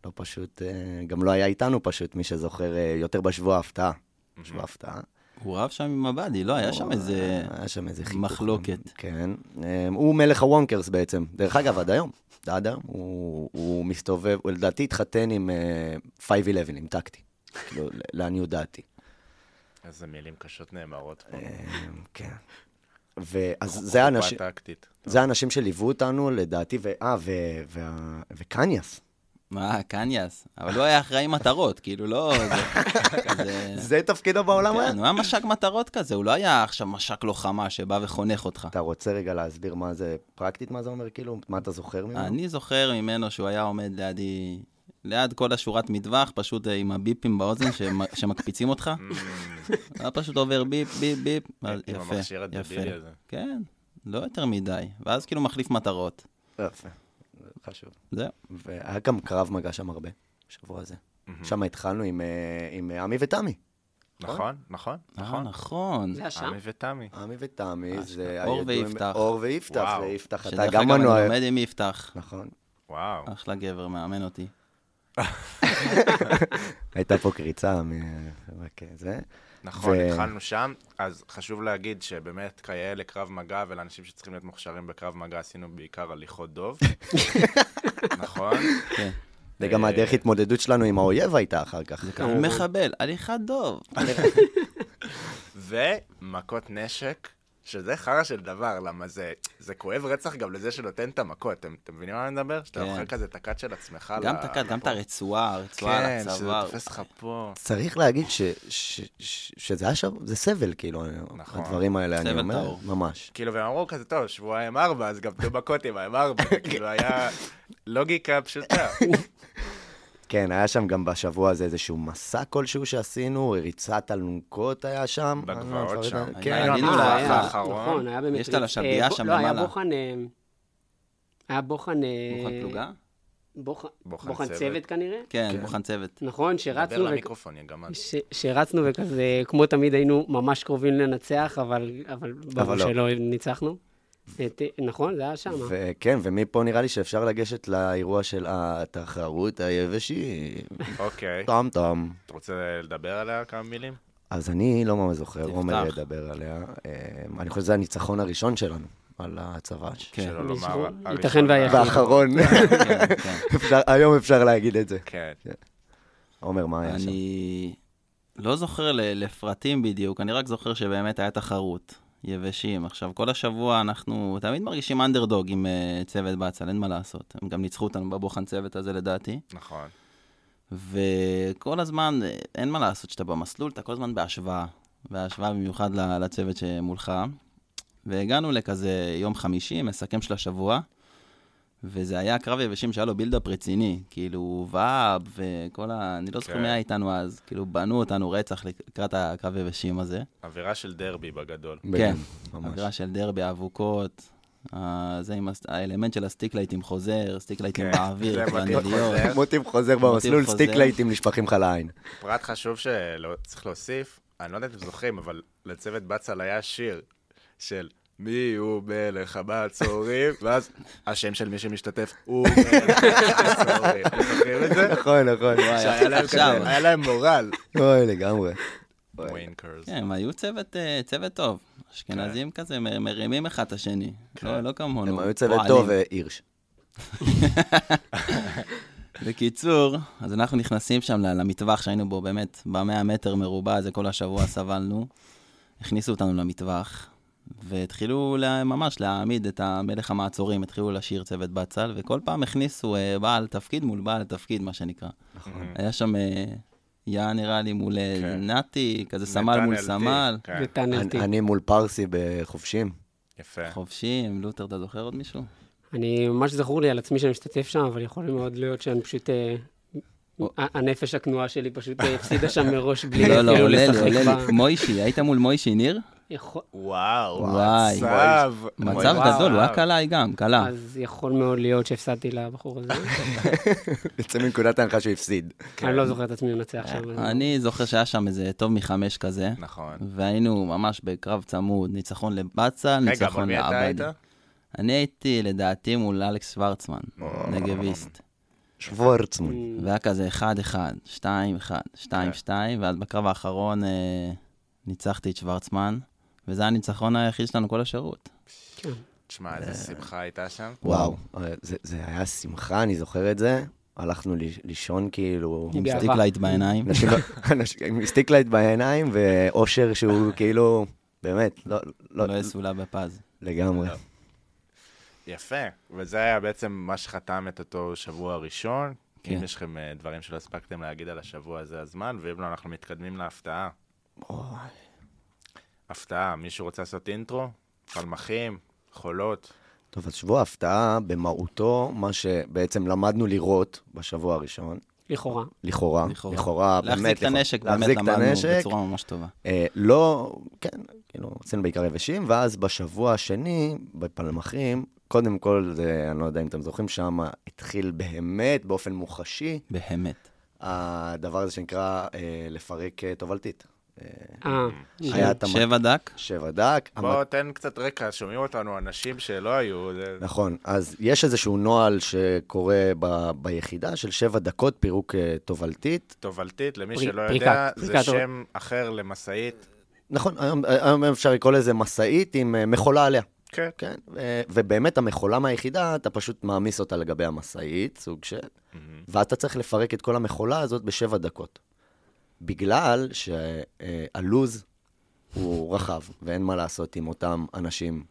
S4: לא פשוט, אה, גם לא היה איתנו פשוט, מי שזוכר, אה, יותר בשבוע ההפתעה. בשבוע ההפתעה. אה,
S5: הוא רב שם עם הבאדי, לא, היה שם איזה...
S4: היה שם איזה חיכוך.
S5: מחלוקת.
S4: כן. אמ, הוא מלך הוונקרס בעצם. דרך אגב, עד היום. עד היום. הוא, הוא מסתובב, הוא לדעתי התחתן עם אה, 511, עם טקטי. כאילו, לעניות דעתי.
S2: איזה מילים קשות נאמרות פה.
S5: אה,
S4: אמ, כן. ואז זה האנשים,
S2: קופה טקטית.
S4: זה האנשים שליוו אותנו, לדעתי, ואה, וקניאס.
S5: מה, קניאס? אבל הוא היה אחראי מטרות, כאילו, לא... זה- כזה...
S4: זה תפקידו בעולם היה?
S5: כן, הוא היה מש"ק מטרות כזה, הוא לא היה עכשיו מש"ק לוחמה שבא וחונך אותך.
S4: אתה רוצה רגע להסביר מה זה, פרקטית מה זה אומר, כאילו? מה אתה זוכר ממנו?
S5: אני זוכר ממנו שהוא היה עומד לידי, ליד כל השורת מטווח, פשוט אה, עם הביפים באוזן שמ- שמקפיצים אותך. היה פשוט עובר ביפ, ביפ, ביפ. אבל
S2: עם
S5: אה, יפה,
S2: המכשיר הדבילי
S5: יפה.
S2: הזה.
S5: כן, לא יותר מדי. ואז כאילו מחליף מטרות.
S4: יפה, זה חשוב.
S5: זהו.
S4: והיה גם קרב מגע שם הרבה, בשבוע הזה. שם התחלנו עם, אה, עם אה, עמי ותמי.
S2: נכון, נכון,
S5: אה,
S2: נכון.
S5: נכון.
S3: זה היה שם?
S2: עמי ותמי.
S4: עמי ותמי זה...
S5: אשכרה. אה, אור
S4: הידועים-
S5: ויפתח.
S4: אור ויפתח,
S2: וואו.
S4: ויפתח, אתה
S5: שדרך
S4: גם
S5: אגב, אני
S4: מנוע...
S5: לומד עם יפתח.
S4: נכון.
S2: וואו.
S5: אחלה גבר, מאמן אותי.
S4: הייתה פה קריצה מ- רק זה.
S5: אה,
S2: נכון,
S4: ו-
S2: התחלנו שם, אז חשוב להגיד שבאמת כיאה לקרב מגע ולאנשים שצריכים להיות מוכשרים בקרב מגע עשינו בעיקר
S5: [laughs]
S2: הליכות דוב. נכון?
S5: כן.
S4: וגם הדרך
S5: אה,
S4: התמודדות שלנו עם האויב הייתה אחר כך.
S5: הוא מחבל, הליכת דוב.
S2: ומכות נשק, שזה חרא של דבר, למה זה, זה כואב רצח גם לזה שנותן את המכות. אתם, אתם מבינים על מה אני מדבר? שאתה
S5: כן.
S2: אוכל כזה את הכת של עצמך.
S5: גם
S2: ל-
S5: את הכת, גם את הרצועה, הרצועה על
S2: נכון. כן, שזה
S5: הצוואר.
S2: תופס לך פה.
S4: צריך להגיד ש- ש- ש- שזה היה שב- זה סבל, כאילו,
S2: נכון.
S4: הדברים האלה, אני
S5: סבל
S4: אומר,
S5: טהור.
S4: ממש.
S2: כאילו, והם אמרו כזה, טוב, שבועיים ארבע, אז גם תהיו מכות עם
S5: [laughs]
S2: האם ארבע. זה כאילו, היה לוגיקה פשוטה.
S4: כן, היה שם גם בשבוע הזה איזשהו מסע כלשהו שעשינו, ריצת אלונקות היה שם. אני לא
S2: בגבעות
S4: מפרט
S2: שם.
S4: על- כן,
S5: היה עלינו
S2: אה,
S5: לה-
S3: היה,
S2: האחרון.
S3: נכון, היה באמת...
S5: יש לה
S3: ריצ-
S5: לשביעה
S3: אה, ב-
S5: שם
S3: לא, היה
S5: למעלה.
S3: בוחן... אה, היה בוחן... אה,
S5: מוכן פלוגה?
S3: בוח-
S2: בוחן
S3: בוחן
S2: צוות.
S3: צוות כנראה.
S5: כן, בוחן
S3: [laughs]
S5: צוות.
S3: נכון,
S2: דבר
S3: שרצנו, וכ-
S2: למיקרופון, יא
S3: [laughs]
S2: גמד.
S3: ש- שרצנו וכזה, כמו תמיד היינו ממש קרובים לנצח, אבל אבל ברור
S4: אבל לא.
S3: שלא ניצחנו. את- נכון, זה היה שם.
S4: וכן, כן, ומפה נראה לי שאפשר לגשת לאירוע של
S5: [laughs]
S4: התחרות היבשית.
S2: אוקיי.
S4: טאם טאם.
S2: אתה רוצה לדבר עליה כמה מילים?
S4: אז אני לא ממש זוכר,
S5: תפתח.
S4: עומר ידבר עליה. אמ, אני חושב שזה הניצחון הראשון שלנו על הצבא.
S5: כן.
S2: שלא לומר
S3: ייתכן
S2: הראשון
S3: והיחיד.
S2: והאחרון.
S4: והאחרון. [laughs]
S5: כן, כן.
S4: אפשר- היום אפשר להגיד את זה.
S2: כן.
S4: עומר, מה היה שם?
S5: אני לא זוכר ל- לפרטים בדיוק, אני רק זוכר שבאמת היה תחרות. יבשים. עכשיו, כל השבוע אנחנו תמיד מרגישים אנדרדוג עם אה, צוות באצל, אין מה לעשות. הם גם ניצחו אותנו בבוחן צוות הזה לדעתי.
S2: נכון.
S5: וכל הזמן, אה, אין מה לעשות, כשאתה במסלול, אתה כל הזמן בהשוואה. וההשוואה במיוחד ל- לצוות שמולך. והגענו לכזה יום חמישי, מסכם של השבוע, וזה היה קרב יבשים שהיה לו בילדאפ רציני. כאילו, ואב וכל ה... אני לא זוכר
S2: כן.
S5: מי היה איתנו אז. כאילו, בנו אותנו רצח לקראת הקרב יבשים הזה.
S2: אווירה של דרבי בגדול.
S5: כן,
S4: ממש.
S5: אווירה
S4: [laughs]
S5: של דרבי, אבוקות. אה, זה עם הס- האלמנט של הסטיק לייטים חוזר, סטיק לייטים
S2: כן, זה
S5: באוויר, כאילו, לא-
S2: מדהים,
S5: פלנדיות.
S2: חוזר.
S4: מוטיב חוזר
S5: מוטיב
S4: במסלול,
S5: חוזר.
S4: סטיק לייטים נשפכים לך לעין.
S2: פרט חשוב שצריך להוסיף, אני לא יודע אם אתם זוכרים, אבל לצוות בצל היה שיר של מי הוא מלך הבצורים, ואז השם של מי שמשתתף הוא מלך הבצורים. אתם זוכרים את זה?
S4: נכון, נכון.
S2: שהיה להם
S5: עכשיו.
S2: כזה, היה להם מורל.
S4: אוי, לגמרי. אוי.
S2: ווינקרס.
S5: כן, הם היו צוות, אה, צוות טוב. אשכנזים כזה, מ- מרימים אחד את השני. לא, לא כמונו.
S4: כן. הם היו צוות
S5: פועלים.
S4: טוב, אה, הירש.
S5: בקיצור, אז אנחנו נכנסים שם ל- למטווח שהיינו בו, באמת, במאה מטר מרובע, זה כל השבוע סבלנו. הכניסו אותנו למטווח, והתחילו לה, ממש להעמיד את המלך המעצורים, התחילו לשיר צוות בצל, וכל פעם הכניסו אה, בעל תפקיד מול בעל תפקיד, מה שנקרא. נכון.
S4: כן.
S2: Mhm.
S5: היה שם אה, יאה, נראה לי, מול אה,
S2: כן.
S5: נתי, כזה סמל מול
S2: נתן
S5: סמל.
S2: אלטי, כן,
S3: וטאנל טי.
S4: אני- אני מול פרסי בחופשים.
S2: יפה.
S4: כן.
S5: נכון. חובשים, לותר, אתה זוכר עוד מישהו?
S3: אני, ממש זכור לי על עצמי שאני משתתף שם, אבל יכול מאוד להיות שאני פשוט... אה, ה- הנפש הכנועה שלי פשוט אה, הפסידה שם מראש בלי
S5: לא, לא,
S3: [laughs] אפילו
S5: עולה לי,
S3: לשחק
S5: עולה
S3: בה.
S5: לי. מוישי, היית מול מוישי ניר?
S3: יכול-
S2: וואו,
S5: וואי.
S2: מצב.
S5: מצב
S2: וואו.
S5: גדול, הוא היה קלעי גם, קלע.
S3: אז יכול מאוד להיות שהפסדתי לבחור הזה.
S4: יוצא מנקודת ההנחה שהוא הפסיד.
S3: אני לא זוכר את עצמי מנצח שם. אז-
S5: כן. אה, אני זוכר שהיה שם איזה טוב מחמש כזה,
S2: נכון.
S5: והיינו ממש בקרב צמוד, ניצחון לבצע,
S2: רגע, אבל
S5: ניצחון
S2: מי אתה
S5: לעבד.
S2: היית?
S5: אני הייתי לדעתי מול אלכס שוורצמן, נגביסט.
S4: שוורצמן.
S3: Mm,
S5: והיה כזה 1-1, 2-1, 2-2, ואז בקרב האחרון אה, ניצחתי את שוורצמן, וזה הניצחון היחיד שלנו כל השירות.
S3: כן.
S2: תשמע, איזה שמחה הייתה שם.
S4: וואו, אה, זה זה היה שמחה, אני זוכר את זה. הלכנו ל- לישון כאילו...
S3: עם גאווה.
S5: סטיק לייט בעיניים.
S4: אנשים לא- אנשים עם סטיק לייט בעיניים ואושר שהוא כאילו, באמת, לא, לא,
S5: לא יסולא בפז.
S4: לגמרי.
S2: יפה. וזה היה בעצם מה שחתם את אותו שבוע הראשון.
S5: כן.
S2: אם יש לכם אה, דברים שלא הספקתם להגיד על השבוע הזה הזמן, ואם לא, אנחנו מתקדמים להפתעה.
S4: אוי.
S2: הפתעה, מישהו רוצה לעשות אינטרו? פלמחים? חולות?
S4: טוב, אז שבוע ההפתעה במהותו, מה שבעצם למדנו לראות בשבוע הראשון,
S3: לכאורה.
S4: לכאורה,
S5: לכאורה.
S4: לכאורה, אה, באמת,
S5: להחזיק את
S4: לכאורה.
S5: הנשק, באמת
S4: להחזיק את
S5: למדנו
S4: הנשק,
S5: בצורה ממש טובה.
S4: אה, לא, כן, כאילו, עשינו בעיקר יבשים, ואז בשבוע השני, בפלמחים, קודם כל, זה, אני לא יודע אם אתם זוכרים, שם התחיל באמת, באופן מוחשי,
S5: באמת.
S4: הדבר הזה שנקרא אה, לפרק אה, תובלתית. אה,
S3: אה,
S4: היה את המ-
S5: שבע דק,
S4: שבע דק. המ-
S2: בוא, תן קצת רקע, שומעים אותנו אנשים שלא היו. זה-
S4: נכון, אז יש איזשהו נוהל שקורה ב- ביחידה של שבע דקות פירוק אה, תובלתית.
S2: תובלתית, למי
S3: פרי-
S2: שלא
S3: פריקה,
S2: יודע, זה
S3: פריקה תובלת.
S2: שם אחר למשאית.
S4: נכון, היום, היום אפשר לקרוא לזה משאית עם אה, מכולה עליה.
S2: כן.
S4: כן, ו- ובאמת המכולה מהיחידה, אתה פשוט מעמיס אותה לגבי המשאית, סוג של, ואתה צריך לפרק את כל המכולה הזאת בשבע דקות. בגלל שהלוז אה, הוא רחב, ואין מה לעשות עם אותם אנשים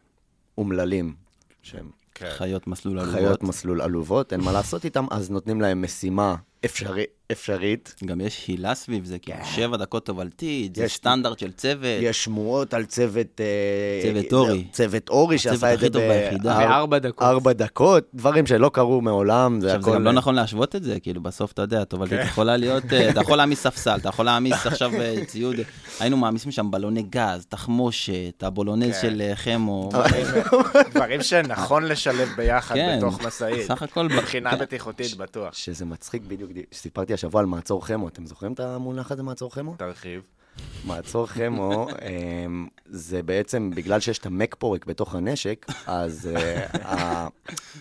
S4: אומללים, שהם
S2: כן.
S5: חיות מסלול עלובות.
S4: חיות מסלול עלובות, אין מה לעשות איתם, אז נותנים להם משימה אפשרי, אפשרית.
S5: גם יש הילה סביב זה, כאילו שבע דקות תובלתית, זה
S4: כן. יש-
S5: סטנדרט של צוות.
S4: יש שמועות על צוות... אה,
S5: כן. צוות אורי.
S4: צוות אורי
S5: הצוות
S4: שעשה את
S5: הכי
S4: זה
S5: טוב ביחידה.
S4: באר-
S3: בארבע דקות.
S4: ארבע דקות, דברים שלא קרו מעולם, זה
S5: עכשיו, זה
S4: הכל- כן.
S5: גם לא נכון להשוות את זה, כאילו, בסוף אתה יודע, תובלתית יכולה להיות,
S4: [laughs]
S5: אה, אתה יכול להעמיס ספסל, אתה יכול להעמיס עכשיו אה, ציוד, היינו מעמיסים שם בלוני גז, תחמושת, הבולונז
S2: כן.
S5: של אה, חמו.
S2: דברים שנכון לשלב ביחד
S5: כן.
S2: בתוך משאית.
S5: סך הכל ב-
S4: [laughs]
S2: מבחינה
S5: כן.
S2: בטיחותית, בטוח.
S4: שזה מצחיק בדיוק, סיפרתי השבוע על מעצור חמו, אתם זוכרים את המונח הזה, מעצור חמו?
S2: תרחיב.
S4: מעצור חמו, אמ, זה בעצם בגלל שיש את המקפורק בתוך הנשק, אז אה, ה-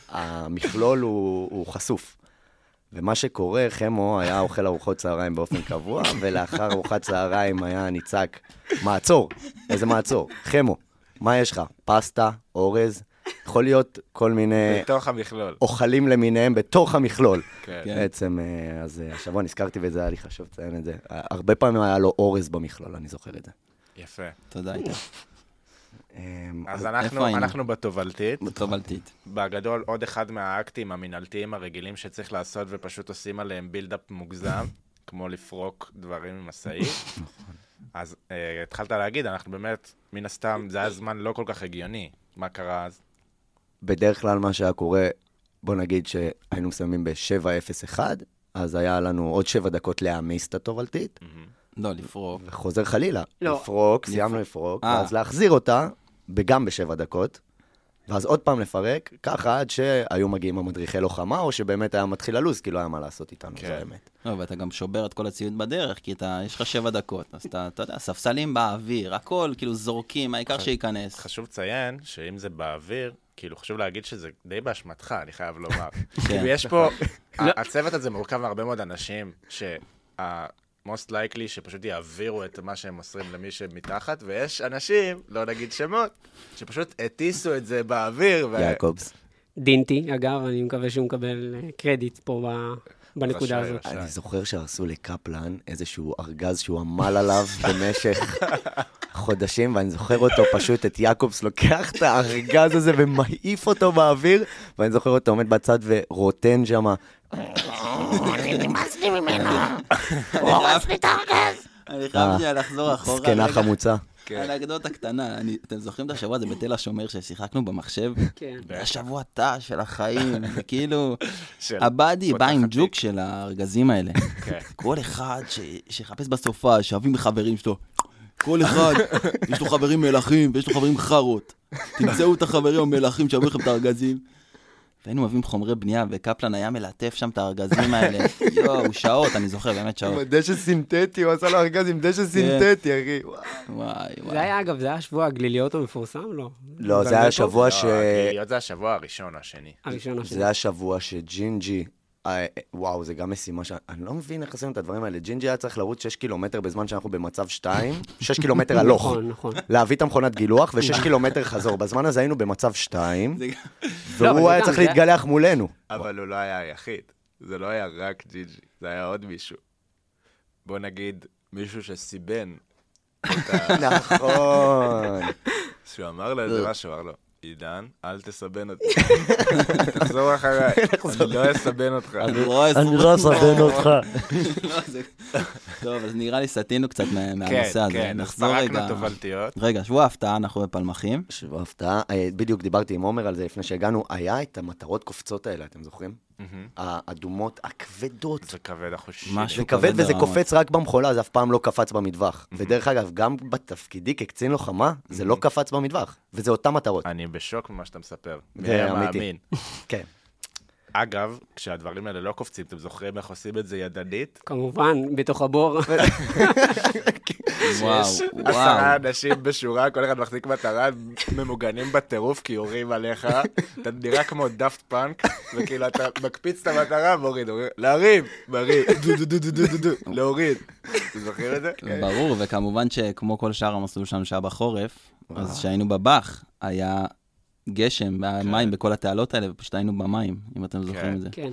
S4: המכלול הוא הוא חשוף. ומה שקורה, חמו היה אוכל ארוחות צהריים באופן קבוע, ולאחר ארוחת צהריים היה נצעק, מעצור, איזה מעצור? חמו, מה יש לך? פסטה, אורז, יכול להיות כל מיני
S2: בתוך המכלול.
S4: אוכלים למיניהם בתוך המכלול.
S2: כן.
S5: כן.
S4: בעצם, אה, אז אה, השבוע נזכרתי בזה, היה לי חשוב לציין את זה. אה, הרבה פעמים היה לו אורז במכלול, אני זוכר את זה.
S2: יפה.
S5: תודה, איתן.
S4: אה,
S2: אז אנחנו-
S5: איפה היינו?
S2: אנחנו בתובלתית.
S5: תובלתית.
S2: בגדול, עוד אחד מהאקטים המינהלתיים הרגילים שצריך לעשות ופשוט עושים עליהם בילדאפ מוגזם, [laughs] כמו לפרוק דברים עם
S5: [laughs]
S2: משאית.
S5: נכון.
S2: אז אה, התחלת להגיד, אנחנו באמת, מן הסתם, זה היה זמן לא כל כך הגיוני. מה קרה אז?
S4: בדרך כלל מה שהיה קורה, בוא נגיד שהיינו מסיימים ב-7.01, אז היה לנו עוד שבע דקות להעמיס את התובלתית,
S5: לא, לפרוק.
S4: וחוזר חלילה.
S3: לא.
S4: לפרוק, סיימנו לפרוק,
S5: אה.
S4: ואז להחזיר אותה, וגם בשבע דקות. ואז עוד פעם לפרק, ככה עד שהיו מגיעים המדריכי לוחמה, או שבאמת היה מתחיל ללוז, כי לא היה מה לעשות איתנו,
S2: כן.
S4: זו האמת.
S5: לא, ואתה גם שובר את כל הציוד בדרך, כי אתה, יש לך שבע דקות, אז אתה, אתה יודע, ספסלים באוויר, הכל, כאילו, זורקים, העיקר שייכנס.
S2: חשוב לציין שאם זה באוויר, כאילו חשוב להגיד שזה די באשמתך, אני חייב
S4: [laughs]
S2: לומר.
S4: כן.
S2: כאילו יש פה,
S4: נכון. לא.
S2: ה- הצוות הזה מורכב מהרבה מאוד אנשים, שה-most likely שפשוט יעבירו את מה שהם מוסרים למי שמתחת, ויש אנשים, לא נגיד שמות, שפשוט הטיסו את זה באוויר. ו-
S4: יעקובס.
S3: דינתי, אגב, אני מקווה שהוא מקבל אה, קרדיט פה ב- בנקודה
S2: רשאי,
S3: הזאת.
S2: רשאי.
S4: אני זוכר שעשו לקפלן איזשהו ארגז שהוא עמל [laughs] עליו במשך חודשים, ואני זוכר אותו פשוט, את יעקובס לוקח את הארגז הזה ומעיף אותו באוויר, ואני זוכר אותו עומד בצד ורוטן שם.
S5: אני חייב שנייה לחזור אחורה.
S4: זקנה
S5: רגע.
S4: חמוצה.
S5: אנקדוטה קטנה, אני- אתם זוכרים את השבוע הזה בתל השומר ששיחקנו במחשב?
S3: כן.
S5: זה היה שבוע תא של החיים, זה כאילו,
S2: של-
S5: הבאדי בא עם
S2: פותחת
S5: ג'וק של הארגזים האלה.
S4: [laughs]
S2: כן.
S5: כל אחד ש- שיחפש בסופה, שאוהבים מחברים שלו, כל אחד, יש לו חברים מלכים ויש לו חברים חארות. תמצאו את החברים המלכים שיביאו לכם את הארגזים. והיינו מביאים חומרי בנייה, וקפלן היה מלטף שם את הארגזים האלה. יואו, שעות, אני זוכר, באמת
S4: עם
S5: שעות.
S4: הדשא סינתטי, הוא עשה לו ארגז עם
S5: כן.
S4: דשא סינתטי, אחי. וואו.
S5: וואי,
S3: זה
S5: וואי.
S3: היה, אגב, זה היה שבוע הגליליות המפורסם? לא.
S4: לא, לא, זה היה שבוע ש...
S2: הגליליות זה השבוע הראשון או השני.
S3: הראשון השני.
S4: זה השבוע שג'ינג'י, אה, וואו, זה גם משימה ש... אני לא מבין איך עשינו את הדברים האלה. ג'ינג'י היה צריך לרוץ 6 קילומטר בזמן שאנחנו במצב 2, 6 קילומטר הלוך.
S3: נכון, נכון.
S4: להביא את המכונת
S3: [laughs]
S4: גילוח ו-6 קילומטר חזור. בזמן הזה היינו במצב 2,
S5: זה גם-
S3: לא, אבל
S4: והוא
S3: זה
S4: היה
S3: גם,
S4: צריך
S3: זה היה-
S4: להתגלח מולנו.
S2: אבל הוא לא היה היחיד. זה לא היה רק ג'יג'י, זה היה עוד מישהו. בוא נגיד, מישהו שסיבן,
S5: [laughs]
S4: נכון.
S2: שהוא אמר לו
S5: לא.
S2: איזה משהו, אמר לו, עידן, אל
S5: [laughs]
S2: תסבן אותי. תחזור אחריי, אני לא אסבן אותך.
S5: [laughs] אני רואה עשרות-
S4: לא אסבן אותך.
S5: לא, זה- טוב, אז נראה לי סטינו קצת מה- מהנושא
S2: כן,
S5: הזה.
S2: כן, אז
S5: נחזור
S2: זרקנו
S5: רגע.
S2: תובלתיות.
S5: רגע, שבוע ההפתעה, אנחנו בפלמחים.
S4: שוב, הפתעה, אה, בדיוק דיברתי עם עומר על זה לפני שהגענו, היה את המטרות קופצות האלה, אתם זוכרים? האדומות הכבדות.
S2: זה כבד החושי.
S5: משהו.
S4: זה כבד וזה
S5: ברמות.
S4: קופץ רק במחולה, זה אף פעם לא קפץ במטווח.
S3: Mhm.
S4: ודרך אגב, גם בתפקידי כקצין לוחמה, זה לא קפץ במטווח, וזה אותן
S3: אה,
S4: מטרות.
S2: אני בשוק ממה שאתה מספר. מי
S4: זה
S2: היה
S4: אמיתי.
S2: מאמין?
S4: כן.
S2: אגב, כשהדברים האלה לא קופצים, אתם זוכרים איך עושים את זה ידנית?
S3: כמובן, בתוך הבור.
S5: וואו,
S2: עשרה
S5: וואו.
S2: אנשים בשורה, כל אחד מחזיק מטרה, ממוגנים בטירוף כי יורים עליך, אתה נראה כמו דאפט פאנק, וכאילו אתה מקפיץ את המטרה ומוריד, אומר, להרים, מרים, דו דו דו דו דו דו דו, להוריד. אתם זוכרים את זה? כן.
S5: ברור, וכמובן שכמו כל שאר המסלול שלנו שהיה בחורף, אז כשהיינו בבאח, היה גשם, היה מים בכל התעלות האלה, ופשוט היינו במים, אם אתם זוכרים את זה.
S3: כן.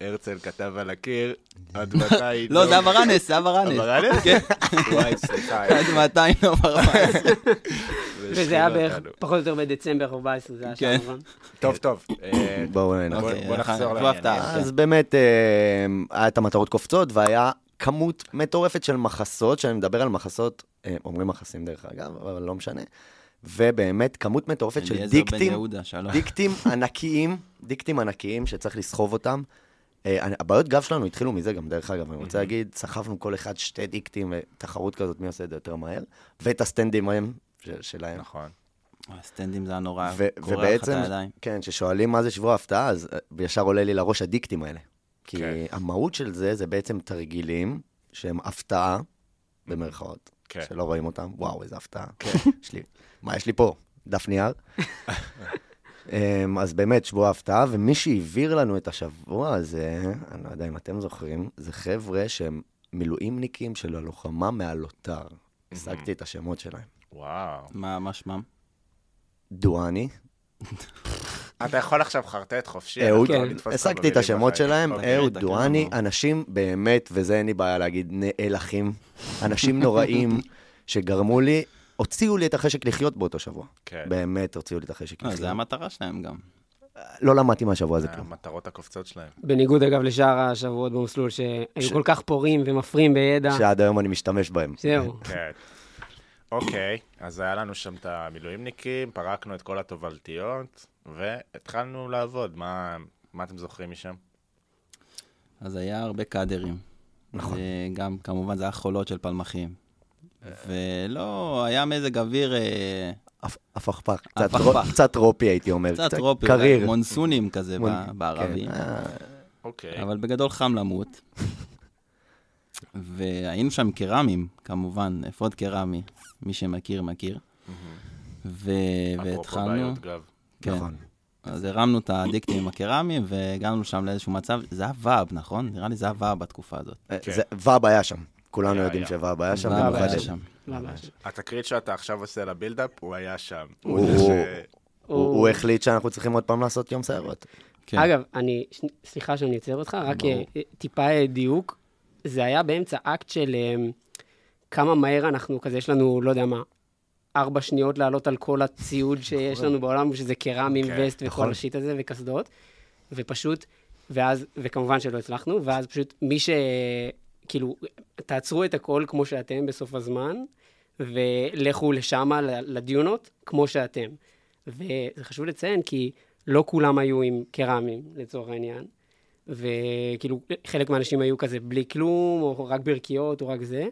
S2: והרצל כתב על הקיר, עד מתי...
S5: לא, זה אברנס, זה אברנס.
S2: אברנס?
S5: כן.
S2: וואי, סליחה.
S5: עד 200 לא ברמס.
S3: וזה היה בערך, פחות או יותר בדצמבר 14, זה היה שם,
S5: כן.
S3: נכון?
S2: טוב, טוב. אה,
S4: בואו נראה.
S2: בוא-
S5: אוקיי,
S2: בוא
S5: אנחנו-
S2: נחזור
S5: זו
S2: לעניין.
S5: הפתעה. כן.
S4: אז באמת, אה, היה את המטרות קופצות, והיה כמות מטורפת של מחסות, שאני מדבר על מחסות, אה, אומרים מחסים דרך אגב, אבל לא משנה. ובאמת, כמות מטורפת של
S5: אליעזר בן
S4: דיקטים,
S5: יהודה, שלום.
S4: דיקטים ענקיים, דיקטים ענקיים שצריך לסחוב אותם. אה, אני- הבעיות גב שלנו התחילו מזה גם, דרך אגב, אני רוצה להגיד, סחבנו כל אחד שתי דיקטים, אה, תחרות כזאת, מי עושה את זה יותר מהר, ואת הסטנדים ההם, ש- שלהם.
S2: נכון.
S5: הסטנדים זה היה נורא,
S4: ו-
S5: קורע לך את הידיים.
S4: כן, כששואלים מה זה שבוע ההפתעה, אז אה, ישר עולה לי לראש הדיקטים האלה. כי
S2: כן.
S4: המהות של זה, זה בעצם תרגילים שהם הפתעה, במרכאות,
S2: כן.
S4: שלא רואים אותם, וואו, איזה הפתעה. [laughs] יש לי- מה יש לי פה?
S2: [laughs]
S4: דף נייר. אמ, אז באמת, שבוע ההפתעה, ומי שהעביר לנו את השבוע הזה, אני לא יודע אם אתם זוכרים, זה חבר'ה שהם מילואימניקים של הלוחמה מהלוטר. השגתי את השמות שלהם.
S2: וואו.
S5: מה מה שמם?
S4: דואני,
S2: אתה יכול עכשיו חרטט חופשי. אנחנו
S4: אהוד,
S2: לא
S3: כן.
S2: נתפוס אותך
S4: אה, השגתי
S2: במילים
S4: את השמות
S2: בחיים.
S4: שלהם,
S2: אוקיי.
S4: אהוד
S5: תקן
S4: דואני,
S5: אותנו.
S4: אנשים באמת, וזה אין לי בעיה להגיד, נאלחים, אנשים
S2: [laughs]
S4: נוראים, שגרמו לי, הוציאו לי את החשק לחיות באותו שבוע.
S2: כן.
S4: באמת הוציאו לי את החשק
S5: לא, זה
S4: לחיות.
S5: המטרה שלהם גם.
S4: לא למדתי מהשבוע הזה כלום.
S2: אה, המטרות הקופצות שלהם. [laughs]
S3: בניגוד, אגב, לשאר השבועות במסלול, שהיו כל כך פורים ומפרים בידע.
S4: שעד היום אני משתמש בהם.
S3: זהו.
S2: כן. אוקיי, אז היה לנו שם את המילואימניקים, פרקנו את כל התובלתיות, והתחלנו לעבוד. מה מה אתם זוכרים משם?
S5: אז היה הרבה קאדרים. נכון. זה גם, כמובן, זה היה חולות של פלמחים. ולא, היה מזג אוויר אה,
S4: הפ- הפכפך, קצת
S5: הפכפך.
S4: טרו- קצת טרופי הייתי אומר,
S5: קצת טרופי,
S4: קריר.
S5: אולי מונסונים כזה
S4: מון-
S5: ב- בערבים,
S4: כן, אה,
S2: אוקיי.
S5: אבל בגדול חם למות. והיינו שם קרמים, כמובן, אפוד קרמי, מי שמכיר, מכיר. ו-
S2: אפרופו
S5: והתחלנו,
S2: בעיות גב.
S5: כן.
S4: נכון.
S5: אז הרמנו את הדיקטים עם הקרמים, והגענו שם לאיזשהו מצב, זה היה ואב, נכון? נראה לי זה היה ואב בתקופה הזאת.
S4: אה,
S2: כן.
S4: זה- ואב היה שם, כולנו
S2: היה,
S4: יודעים
S2: היה.
S4: שוואב היה שם,
S5: ואב
S4: במיוחד
S5: היה
S4: אלה.
S5: שם.
S3: לא, לא.
S2: התקרית שאתה עכשיו עושה לבילדאפ, הוא היה שם.
S4: הוא-
S2: הוא זה
S4: הוא-
S2: ש-
S4: הוא הוא החליט שאנחנו צריכים עוד פעם לעשות יום סיירות.
S5: כן.
S3: אגב, אני, ש- סליחה שאני עוצר אותך, רק אה, אה, טיפה אה, דיוק. זה היה באמצע אקט של אה, כמה מהר אנחנו, כזה יש לנו, לא יודע מה, ארבע שניות לעלות על כל הציוד שיש לנו בעולם, שזה קרמים,
S2: כן,
S3: וסט
S4: נכון.
S3: וכל השיט הזה, וקסדות, ופשוט, ואז, וכמובן שלא הצלחנו, ואז פשוט מי ש... כאילו, תעצרו את הכל כמו שאתם בסוף הזמן, ולכו לשם, לדיונות, כמו שאתם. וזה חשוב לציין, כי לא כולם היו עם קרמים, לצורך העניין. וכאילו, חלק מהאנשים היו כזה בלי כלום, או רק ברכיות, או רק זה.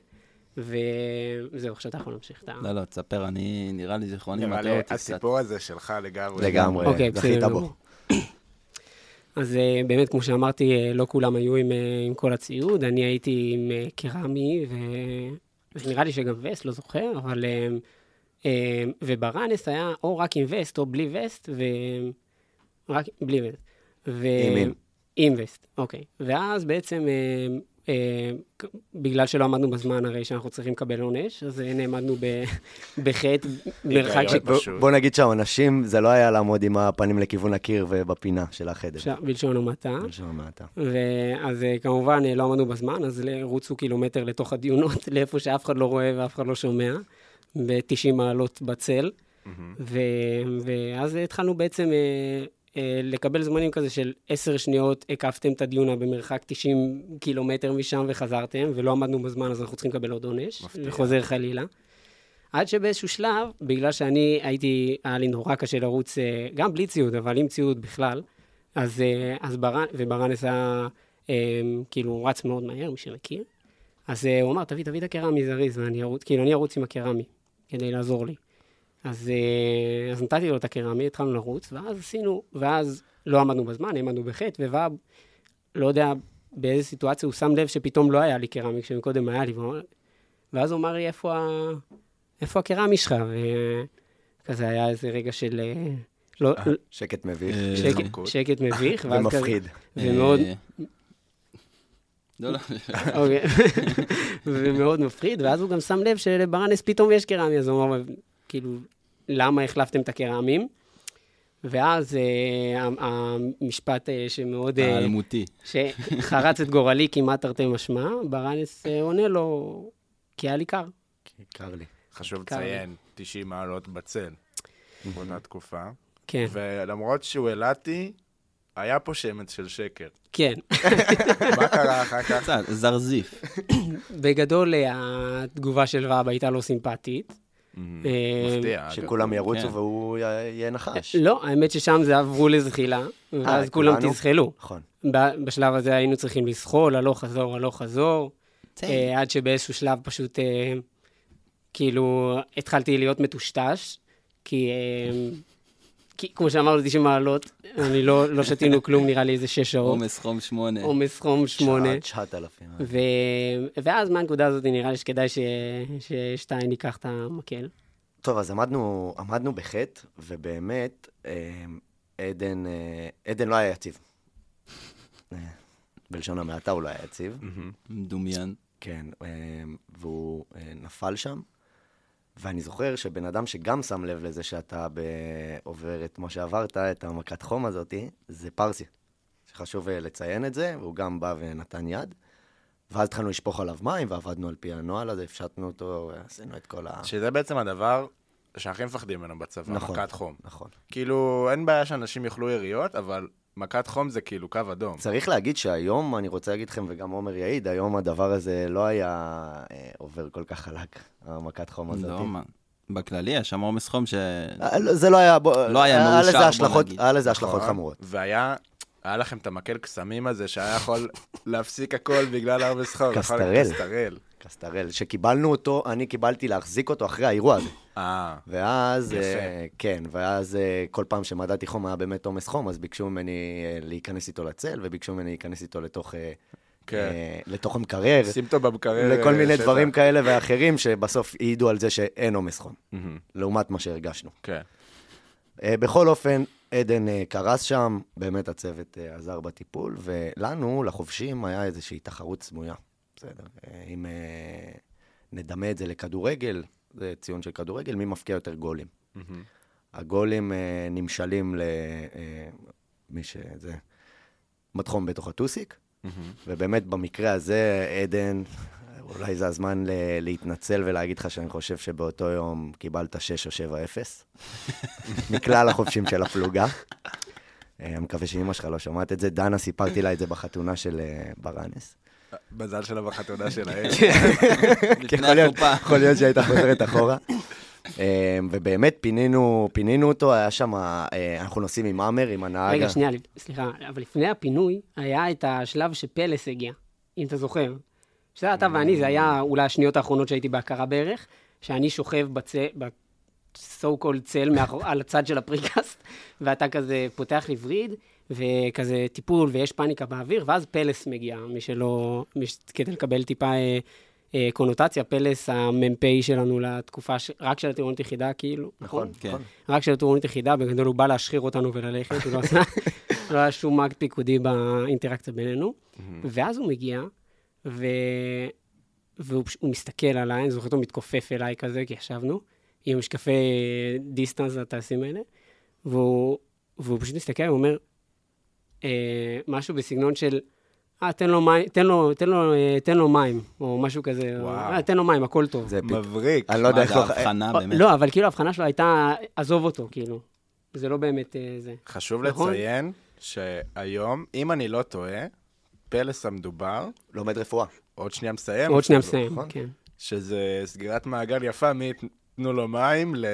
S3: וזהו, עכשיו אתה יכול להמשיך את ה...
S5: לא, לא, תספר, אני, נראה לי זיכרוני
S2: נראה לי
S5: מטעה אותי קצת.
S2: הסיפור הזה שלך לגמרי.
S4: לגמרי,
S3: אוקיי,
S4: זכית
S3: בסדר
S4: בו.
S3: גמור. [clears throat] אז אה, באמת, כמו שאמרתי, אה, לא כולם היו עם, אה, עם כל הציוד. אני הייתי עם אה, קרמי, ו... ונראה לי שגם וסט, לא זוכר, אבל... אה, אה, וברנס היה או רק עם וסט או בלי וסט, ו... רק בלי וסט. ו...
S4: עם, עם.
S3: עם וסט, אוקיי. ואז בעצם, אה, אה, כ- בגלל שלא עמדנו בזמן הרי שאנחנו צריכים לקבל עונש, אז אה, נעמדנו ב- [laughs] בחטא, מרחק
S2: היגיון
S3: של
S4: בוא-
S2: פשוט.
S4: בוא נגיד שהעונשים, זה לא היה לעמוד עם הפנים לכיוון הקיר ובפינה של החדר.
S3: ש- בלשון המעטה.
S4: שם מה אתה.
S3: ואז אה, כמובן אה, לא עמדנו בזמן, אז ל- רוצו קילומטר לתוך הדיונות, [laughs] לאיפה שאף אחד לא רואה ואף אחד לא שומע, ב-90 מעלות בצל. ו... ואז התחלנו בעצם אה, אה, לקבל זמנים כזה של 10 שניות, הקפתם את הדיונה במרחק 90 קילומטר משם וחזרתם, ולא עמדנו בזמן, אז אנחנו צריכים לקבל עוד עונש,
S2: מפתיע.
S3: וחוזר חלילה. עד שבאיזשהו שלב, בגלל שאני הייתי, היה לי נורא קשה לרוץ, אה, גם בלי ציוד, אבל עם ציוד בכלל, אז, אה, אז ברן, וברנס היה, אה, כאילו, הוא רץ מאוד מהר, מי שמכיר. אז אה, הוא אמר, תביא, תביא את הקרמי זריז, ואני ארוץ, כאילו, אני ארוץ עם הקרמי, כדי לעזור לי. אז, אה, אז נתתי לו את הקרמי, התחלנו לרוץ, ואז עשינו, ואז לא עמדנו בזמן, עמדנו בחטא, ווואב, לא יודע באיזה סיטואציה, הוא שם לב שפתאום לא היה לי קרמי, כשמקודם היה לי, והוא אמר- ואז הוא אמר לי, איפה, ה... איפה הקרמי שלך? וכזה היה איזה רגע של... אה, לא,
S4: שקט מביך
S5: אה,
S3: שקט,
S2: התחמקות.
S3: שקט מביך, ואז כזה-
S4: ומפחיד.
S3: ומאוד,
S5: אה, לא, לא,
S3: אוקיי. [laughs] ומאוד מפחיד, ואז הוא גם שם לב שלברנס פתאום יש קרמי, אז הוא אמר, כאילו, למה החלפתם את הקרמים? ואז אה, המ- המשפט אה, שמאוד... אה,
S5: האלמותי.
S3: שחרץ את גורלי כמעט תרתי משמע, ברנס אה, עונה לו, כי היה לי קר.
S4: קר לי.
S2: חשוב
S3: קר לי.
S2: לציין, 90 מעלות בצל. באותה תקופה.
S3: כן,
S2: ולמרות שהוא העלתי, היה פה שמץ של שקר. [laughs]
S3: כן.
S2: מה קרה אחר כך?
S5: קצת, זרזיף.
S3: בגדול, אה, התגובה של ואב הייתה לא סימפטית. אה,
S2: מפתיע. אגב.
S4: שכולם ירוצו
S5: כן.
S4: והוא י- יהיה נחש.
S3: לא, האמת ששם זה עברו לזחילה, ואז כולם
S4: אה, כולנו?
S3: תזחלו.
S4: נכון.
S3: ב- בשלב הזה היינו צריכים לזחול, הלוך חזור, הלוך חזור,
S5: כן.
S3: אה, עד שבאיזשהו שלב פשוט, אה, כאילו, התחלתי להיות מטושטש, כי, אה, כי כמו שאמרנו, 90 מעלות, אני לא, לא שתינו כלום, נראה לי איזה 6 שעות,
S5: עומס אה, חום שמונה.
S3: עומס חום 8.
S4: עד 9,000. אה.
S3: ו... ואז מהנקודה הזאת נראה לי שכדאי ש... ששטיין ייקח את המקל.
S4: טוב, אז עמדנו, עמדנו בחטא, ובאמת, אמ, עדן, אה, עדן לא היה יציב. אה, בלשון המעטה הוא לא היה יציב.
S5: מדומיין.
S4: כן, אמ, והוא אה, נפל שם. ואני זוכר שבן אדם שגם שם לב לזה שאתה ב- עובר את מה שעברת, את המכת חום הזאתי, זה פרסי. שחשוב אה, לציין את זה, והוא גם בא ונתן יד. ואז התחלנו לשפוך עליו מים, ועבדנו על פי הנוהל הזה, הפשטנו אותו, עשינו את כל ה...
S2: שזה בעצם הדבר שהכי מפחדים ממנו בצבא,
S4: נכון.
S2: מכת חום.
S4: נכון.
S2: כאילו, אין בעיה שאנשים יאכלו יריות, אבל מכת חום זה כאילו קו אדום.
S4: צריך להגיד שהיום, אני רוצה להגיד לכם, וגם עומר יעיד, היום הדבר הזה לא היה אה, עובר כל כך חלק, המכת חום הזאת.
S5: לא, מה. בכללי, יש שם עומס חום ש...
S4: אה, לא, זה לא היה, בוא,
S5: לא היה
S4: היה
S5: מאושר,
S4: לזה
S5: בוא
S4: השלכות-
S5: נגיד.
S4: היה לזה השלכות
S2: נכון?
S4: חמורות.
S2: והיה, היה לכם את המקל קסמים הזה שהיה יכול [laughs] להפסיק הכל בגלל הרבה סחור. נכון?
S4: קסטרל.
S2: קסטרל.
S4: קסטרל, שקיבלנו אותו, אני קיבלתי להחזיק אותו אחרי האירוע הזה.
S2: אה,
S4: ואז,
S2: יפה.
S4: אה, כן, ואז אה, כל פעם שמדדתי חום היה באמת עומס חום, אז ביקשו ממני אה, להיכנס איתו לצל, וביקשו ממני להיכנס איתו לתוך, אה,
S2: כן.
S4: אה, לתוך המקרר,
S2: שים אותו במקרר.
S4: לכל
S2: אה,
S4: מיני
S2: שטח.
S4: דברים כאלה ואחרים, שבסוף העידו על זה שאין עומס חום,
S2: מהמם,
S4: לעומת מה שהרגשנו.
S2: כן.
S4: אה, בכל אופן, עדן אה, קרס שם, באמת הצוות אה, עזר בטיפול, ולנו, לחובשים, היה איזושהי תחרות סמויה. בסדר. אה, אם אה, נדמה את זה לכדורגל, זה ציון של כדורגל, מי מבקיע יותר גולים.
S2: מהמם.
S4: הגולים אה, נמשלים אה, למי שזה, מתחום בתוך הטוסיק,
S2: מהמם.
S4: ובאמת במקרה הזה, עדן, אולי זה הזמן ל- להתנצל ולהגיד לך שאני חושב שבאותו יום קיבלת 6 או
S5: [laughs]
S4: 7-0 מכלל החובשים של הפלוגה. אה, אני מקווה שאימא שלך לא שומעת את זה. דנה, סיפרתי לה את זה בחתונה של אה, ברנס.
S2: מזל שלה בחתונה
S4: [laughs]
S2: שלהם.
S4: כן,
S5: לפני
S4: יכול להיות-
S5: החופה.
S4: יכול להיות שהייתה חוזרת אחורה. אה, ובאמת פינינו, פינינו אותו, היה שם, אה, אנחנו נוסעים עם האמר, עם הנהג.
S3: רגע, שנייה, לפ- סליחה, אבל לפני הפינוי היה את השלב שפלס הגיע, אם אתה זוכר. שזה אתה ואני, זה היה אולי השניות האחרונות שהייתי בהכרה בערך, שאני שוכב בצל, בסו קול צל מאחור- על הצד של הפריקאסט, [laughs] ואתה כזה פותח לי וריד, וכזה טיפול, ויש פאניקה באוויר, ואז פלס מגיע, מי שלא, מי ש... כדי לקבל טיפה אה, אה, קונוטציה, פלס המ"פ שלנו לתקופה, ש... רק של הטירונות יחידה, כאילו, נכון?
S5: כן.
S3: רק של טירונות יחידה, בגדול הוא בא להשחיר אותנו וללכת, הוא לא עשה, לא היה שום אקט פיקודי באינטראקציה בינינו. ואז הוא מגיע, ו... והוא פש... הוא מסתכל עליי, אני זוכר אותו מתכופף אליי כזה, כי ישבנו, עם משקפי דיסטנס לטייסים האלה, והוא, והוא פשוט מסתכל, הוא אומר, אה, משהו בסגנון של, אה, תן לו מים, תן לו, תן לו, אה, תן לו מים, או משהו כזה, או,
S2: וואו.
S3: אה, תן לו מים, הכל טוב.
S4: זה פתאום.
S2: מבריק.
S4: אני לא יודע
S5: מה,
S4: איך
S5: זה
S4: לא...
S5: הבחנה
S3: או-
S5: באמת.
S3: לא, אבל כאילו ההבחנה שלו הייתה, עזוב אותו, כאילו. זה לא באמת אה, זה.
S2: חשוב
S3: נכון.
S2: לציין שהיום, אם אני לא טועה, פלס המדובר,
S4: לומד רפואה.
S2: עוד שנייה מסיים.
S3: עוד שנייה
S2: אפילו,
S3: מסיים,
S2: נכון?
S3: כן.
S2: שזה סגירת מעגל יפה מתנו לו מים ל...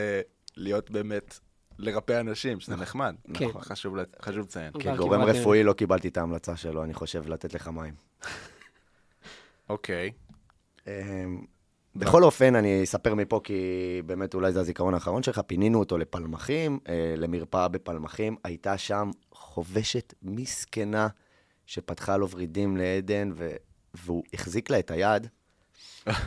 S2: להיות באמת, לרפא אנשים, שזה נחמד.
S3: כן.
S2: נכון, חשוב לצ- חשוב לציין.
S3: אבל
S4: כגורם
S3: כמעט, אה,
S4: רפואי לא קיבלתי את ההמלצה שלו, אני חושב, לתת לך מים.
S2: אוקיי.
S4: אמ, בכל אופן, אני אספר מפה, כי באמת אולי זה הזיכרון האחרון שלך, פינינו אותו לפלמחים, אה, למרפאה בפלמחים, הייתה שם חובשת מסכנה שפתחה לו ורידים לעדן, ו... והוא החזיק לה את היד.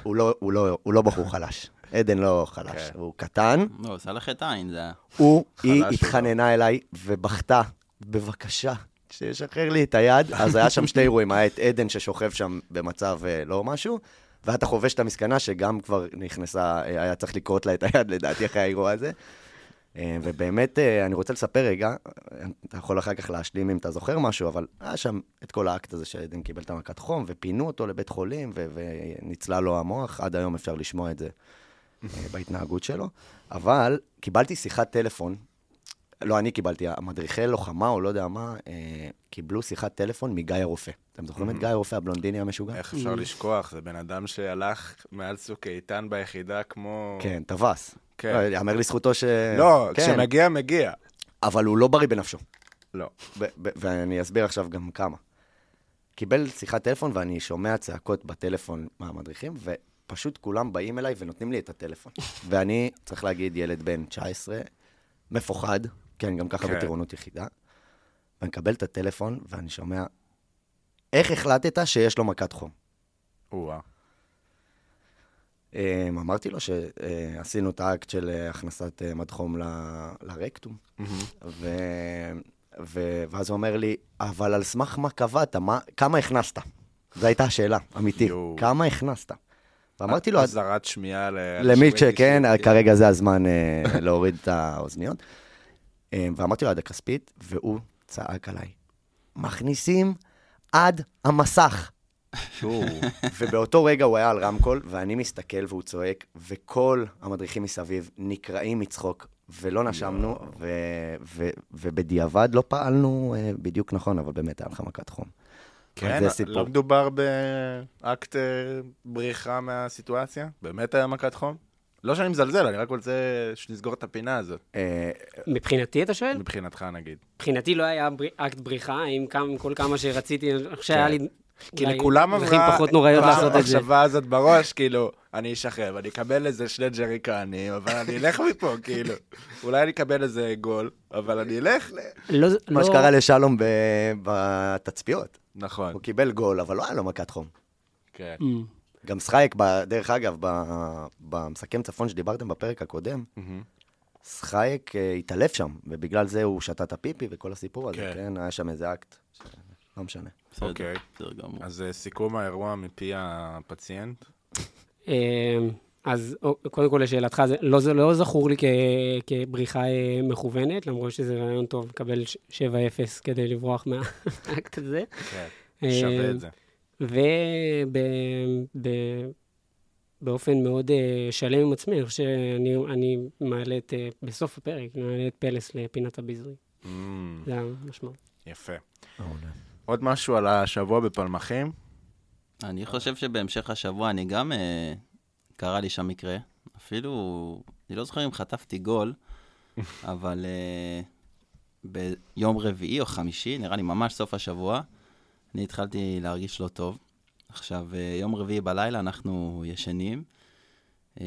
S4: הוא, לא, הוא, לא, הוא לא בחור חלש, עדן לא חלש,
S2: כן.
S4: הוא קטן.
S5: לא, הוא עשה לך את העין, זה היה.
S4: הוא,
S2: חלש
S4: היא
S2: הוא
S4: התחננה אליי ובכתה, בבקשה, שישחרר לי את היד. אז היה שם שני אירועים, היה את עדן ששוכב שם במצב אה, לא משהו, ואתה חובש את המסקנה שגם כבר נכנסה, אה, היה צריך לכרות לה את היד לדעתי אחרי האירוע הזה. אה, ובאמת, אה, אני רוצה לספר רגע, אה, אתה יכול אחר כך להשלים אם אתה זוכר משהו, אבל היה שם את כל האקט הזה שעדן קיבל את המכת חום, ופינו אותו לבית חולים, ו- ונצלה לו המוח, עד היום אפשר לשמוע את זה אה, בהתנהגות שלו. אבל קיבלתי שיחת טלפון, לא אני קיבלתי, המדריכי לוחמה או לא יודע מה, אה, קיבלו שיחת טלפון מגיא הרופא. אתם זוכרים את גיא הרופא, הבלונדיני
S3: לא.
S4: המשוגע?
S2: Mm-hmm. איך אפשר לשכוח? זה בן אדם שהלך מעל צוק איתן ביחידה כמו...
S4: כן, טווס.
S2: כן.
S4: כן. יאמר לזכותו ש...
S2: לא,
S4: כן,
S2: כשמגיע, מגיע.
S4: אבל הוא לא בריא בנפשו.
S2: לא.
S4: ב- ב- ואני אסביר עכשיו גם כמה. קיבל שיחת טלפון ואני שומע צעקות בטלפון מהמדריכים, ופשוט כולם באים אליי ונותנים לי את הטלפון. ואני, צריך להגיד, ילד בן 19, מפוחד, כן, גם ככה
S2: כן.
S4: בטירונות יחידה, ואני מקבל את הטלפון ואני שומע, איך החלטת שיש לו מכת חום?
S2: או-אה.
S4: אה, אמרתי לו שעשינו את האקט של אה, הכנסת אה, מד חום ל- לרקטום. ו... ו... ואז הוא אומר לי, אבל על סמך מה קבעת? מה... כמה הכנסת? זו הייתה השאלה, אמיתי.
S2: יואו.
S4: כמה הכנסת? ואמרתי לו, אז
S2: אזהרת שמיעה ל...
S4: למי
S2: אנשים
S3: כן,
S4: שכן,
S2: רגישים.
S4: כרגע זה הזמן אה, להוריד את האוזניות. אה, ואמרתי לו עד הכספית, והוא צעק עליי, מכניסים עד המסך.
S2: או.
S4: ובאותו רגע הוא היה על רמקול, ואני מסתכל והוא צועק, וכל המדריכים מסביב נקרעים מצחוק, ולא נשמנו, ו- ו- ובדיעבד לא פעלנו אה, בדיוק נכון, אבל באמת היה לך מכת חום.
S2: כן,
S4: אז זה סיפור.
S2: לא מדובר באקט אה, בריחה מהסיטואציה? באמת היה מכת חום? לא שאני מזלזל, אני רק רוצה שנסגור את הפינה הזאת,
S4: אה,
S3: מבחינתי, אתה שואל?
S2: מבחינתך נגיד.
S3: מבחינתי לא היה בר... אקט בריחה, עם כמה, כל כמה שרציתי, אני חושב
S4: כן.
S3: שהיה לי...
S2: כי
S3: אולי
S2: לכולם
S3: דרכים
S2: עברה
S3: פחות נוראיות
S2: עברה
S3: לעשות את זה.
S2: המחשבה הזאת בראש, כאילו, אני אשחרר, אני אקבל איזה שני ג'ריקנים, אבל אני אלך מפה, כאילו. אולי אני אקבל איזה גול, אבל אני אלך.
S3: לא, זה-
S4: מה
S3: לא-
S4: שקרה לשלום ב- בתצפיות.
S2: נכון,
S3: אוקיי.
S4: הוא קיבל גול, אבל לא היה לו מכת חום.
S2: כן.
S3: Mm.
S4: גם סחייק, ב- דרך אגב, ב- במסכם צפון שדיברתם בפרק הקודם, סחייק אה, התעלף שם, ובגלל זה הוא שתה את הפיפי וכל הסיפור הזה,
S2: כן.
S4: כן? היה שם איזה אקט. ש- לא משנה.
S5: בסדר,
S2: אוקיי.
S5: בסדר גמור.
S2: אז אה, סיכום האירוע מפי הפציינט.
S3: אמ, אז או- קודם כל לשאלתך, זה לא, זה לא זכור לי כ, כבריחה אה, מכוונת, למרות שזה רעיון טוב לקבל ש- 7-0 כדי לברוח מהאקט הזה.
S2: כן,
S3: אה,
S2: שווה את זה.
S3: ובאופן מאוד אה, שלם עם עצמי, אני חושב שאני אני מעלה את, אה, בסוף הפרק, אני מעלה את פלס לפינת הביזוי.
S2: אמ,
S3: זה המשמעות.
S2: יפה. עוד משהו על השבוע בפלמחים?
S5: אני חושב שבהמשך השבוע אני גם, אה, קרה לי שם מקרה. אפילו, אני לא זוכר אם חטפתי גול, אבל אה, ביום רביעי או חמישי, נראה לי ממש סוף השבוע, אני התחלתי להרגיש לא טוב. עכשיו, אה, יום רביעי בלילה אנחנו ישנים, אה,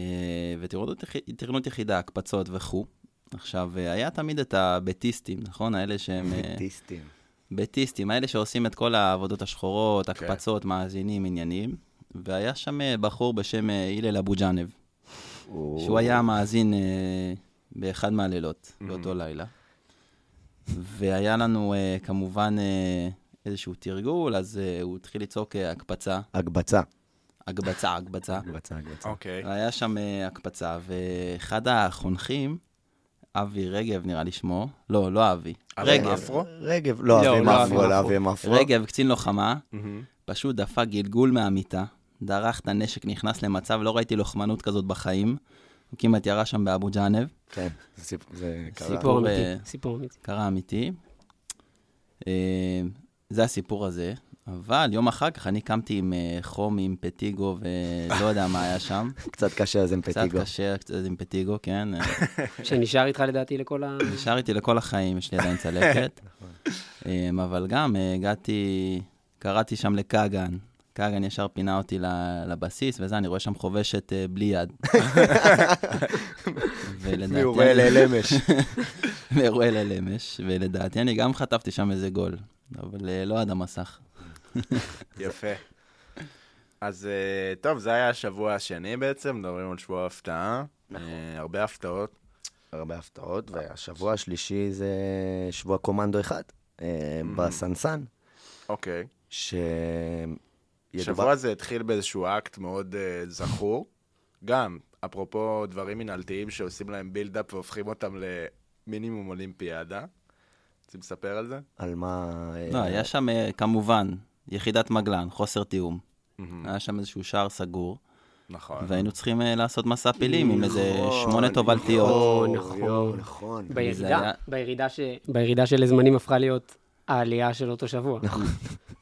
S5: וטירונות יחי- טירונות יחידה, הקפצות וכו'. עכשיו, אה, היה תמיד את הביתיסטים, נכון? האלה שהם...
S4: [laughs]
S5: אה,
S4: טיסטים.
S5: ביתיסטים, האלה שעושים את כל העבודות השחורות,
S2: כן.
S5: הקפצות, מאזינים, עניינים. והיה שם אה, בחור בשם אה, הלל אבו ג'אנב, שהוא היה מאזין אה, באחד מהלילות,
S2: Mm-hmm.
S5: באותו לילה. והיה לנו אה, כמובן אה, איזשהו תרגול, אז אה, הוא התחיל לצעוק אה, הקפצה,
S4: הגבצה.
S5: הגבצה, הגבצה.
S4: הגבצה, הגבצה.
S2: [laughs] אוקיי.
S5: היה שם אה, הקפצה, ואחד החונכים, אבי רגב נראה לי שמו, לא, לא אבי,
S2: אבי עם
S5: רגב.
S2: אפרו?
S4: רגב, לא,
S5: לא,
S4: אבי
S5: לא,
S4: מאפרו,
S5: אבי
S4: לא אבי מאפרו.
S5: רגב, קצין לוחמה, פשוט דפק גלגול מהמיטה, דרך את הנשק, נכנס למצב, לא ראיתי לוחמנות כזאת בחיים. הוא כמעט ירה שם באבו ג'אנב,
S4: כן, זה סיפור- זה קרה.
S3: סיפור
S5: אה,
S3: אמיתי, סיפור אמיתי.
S5: קרה אמיתי. אה, זה הסיפור הזה, אבל יום אחר כך אני קמתי עם אה, חום, עם פטיגו, ולא יודע מה היה שם.
S4: קצת קשה, אז עם
S5: קצת
S4: פטיגו.
S5: קשה, קצת עם פטיגו, כן. אה,
S3: שנשאר איתך לדעתי לכל ה...
S5: נשאר איתי לכל החיים, יש לי עדיין
S4: [laughs]
S5: צלקת.
S4: נכון.
S5: אמ, אבל גם אה, הגעתי, קראתי שם לקאגן. קאגן ישר פינה אותי ל- לבסיס, וזה, אני רואה שם חובשת אה, בלי
S4: [laughs]
S5: יד. ולדעתי...
S4: הוא רואה אלה
S5: [laughs]
S4: למש.
S5: אני- מאירועי ליל אמש, ולדעתי אני גם חטפתי שם איזה גול, אבל אה, לא עד המסך.
S2: יפה. אז אה, טוב, זה היה השבוע השני בעצם, מדברים על שבוע ההפתעה. אה, הרבה הפתעות.
S4: הרבה הפתעות, והשבוע השלישי זה שבוע קומנדו אחד, אה, בסנסן,
S2: אוקיי.
S4: ש...
S2: השבוע הזה התחיל באיזשהו אקט מאוד אה, זכור. גם, אפרופו דברים מנהלתיים שעושים להם בילדאפ והופכים אותם למינימום אולימפיאדה. רוצים לספר על זה?
S4: על מה... אה,
S5: לא, היה שם אה, כמובן יחידת מגלן, חוסר תיאום. היה שם איזשהו שער סגור,
S2: נכון.
S5: והיינו צריכים אה, לעשות מסע פילים עם איזה
S4: נכון,
S5: שמונה תובלתיות.
S4: נכון,
S3: נכון.
S4: יואו, נכון.
S5: היה-
S3: בירידה, בירידה ש- בירידה של הזמנים הפכה להיות העלייה של אותו שבוע.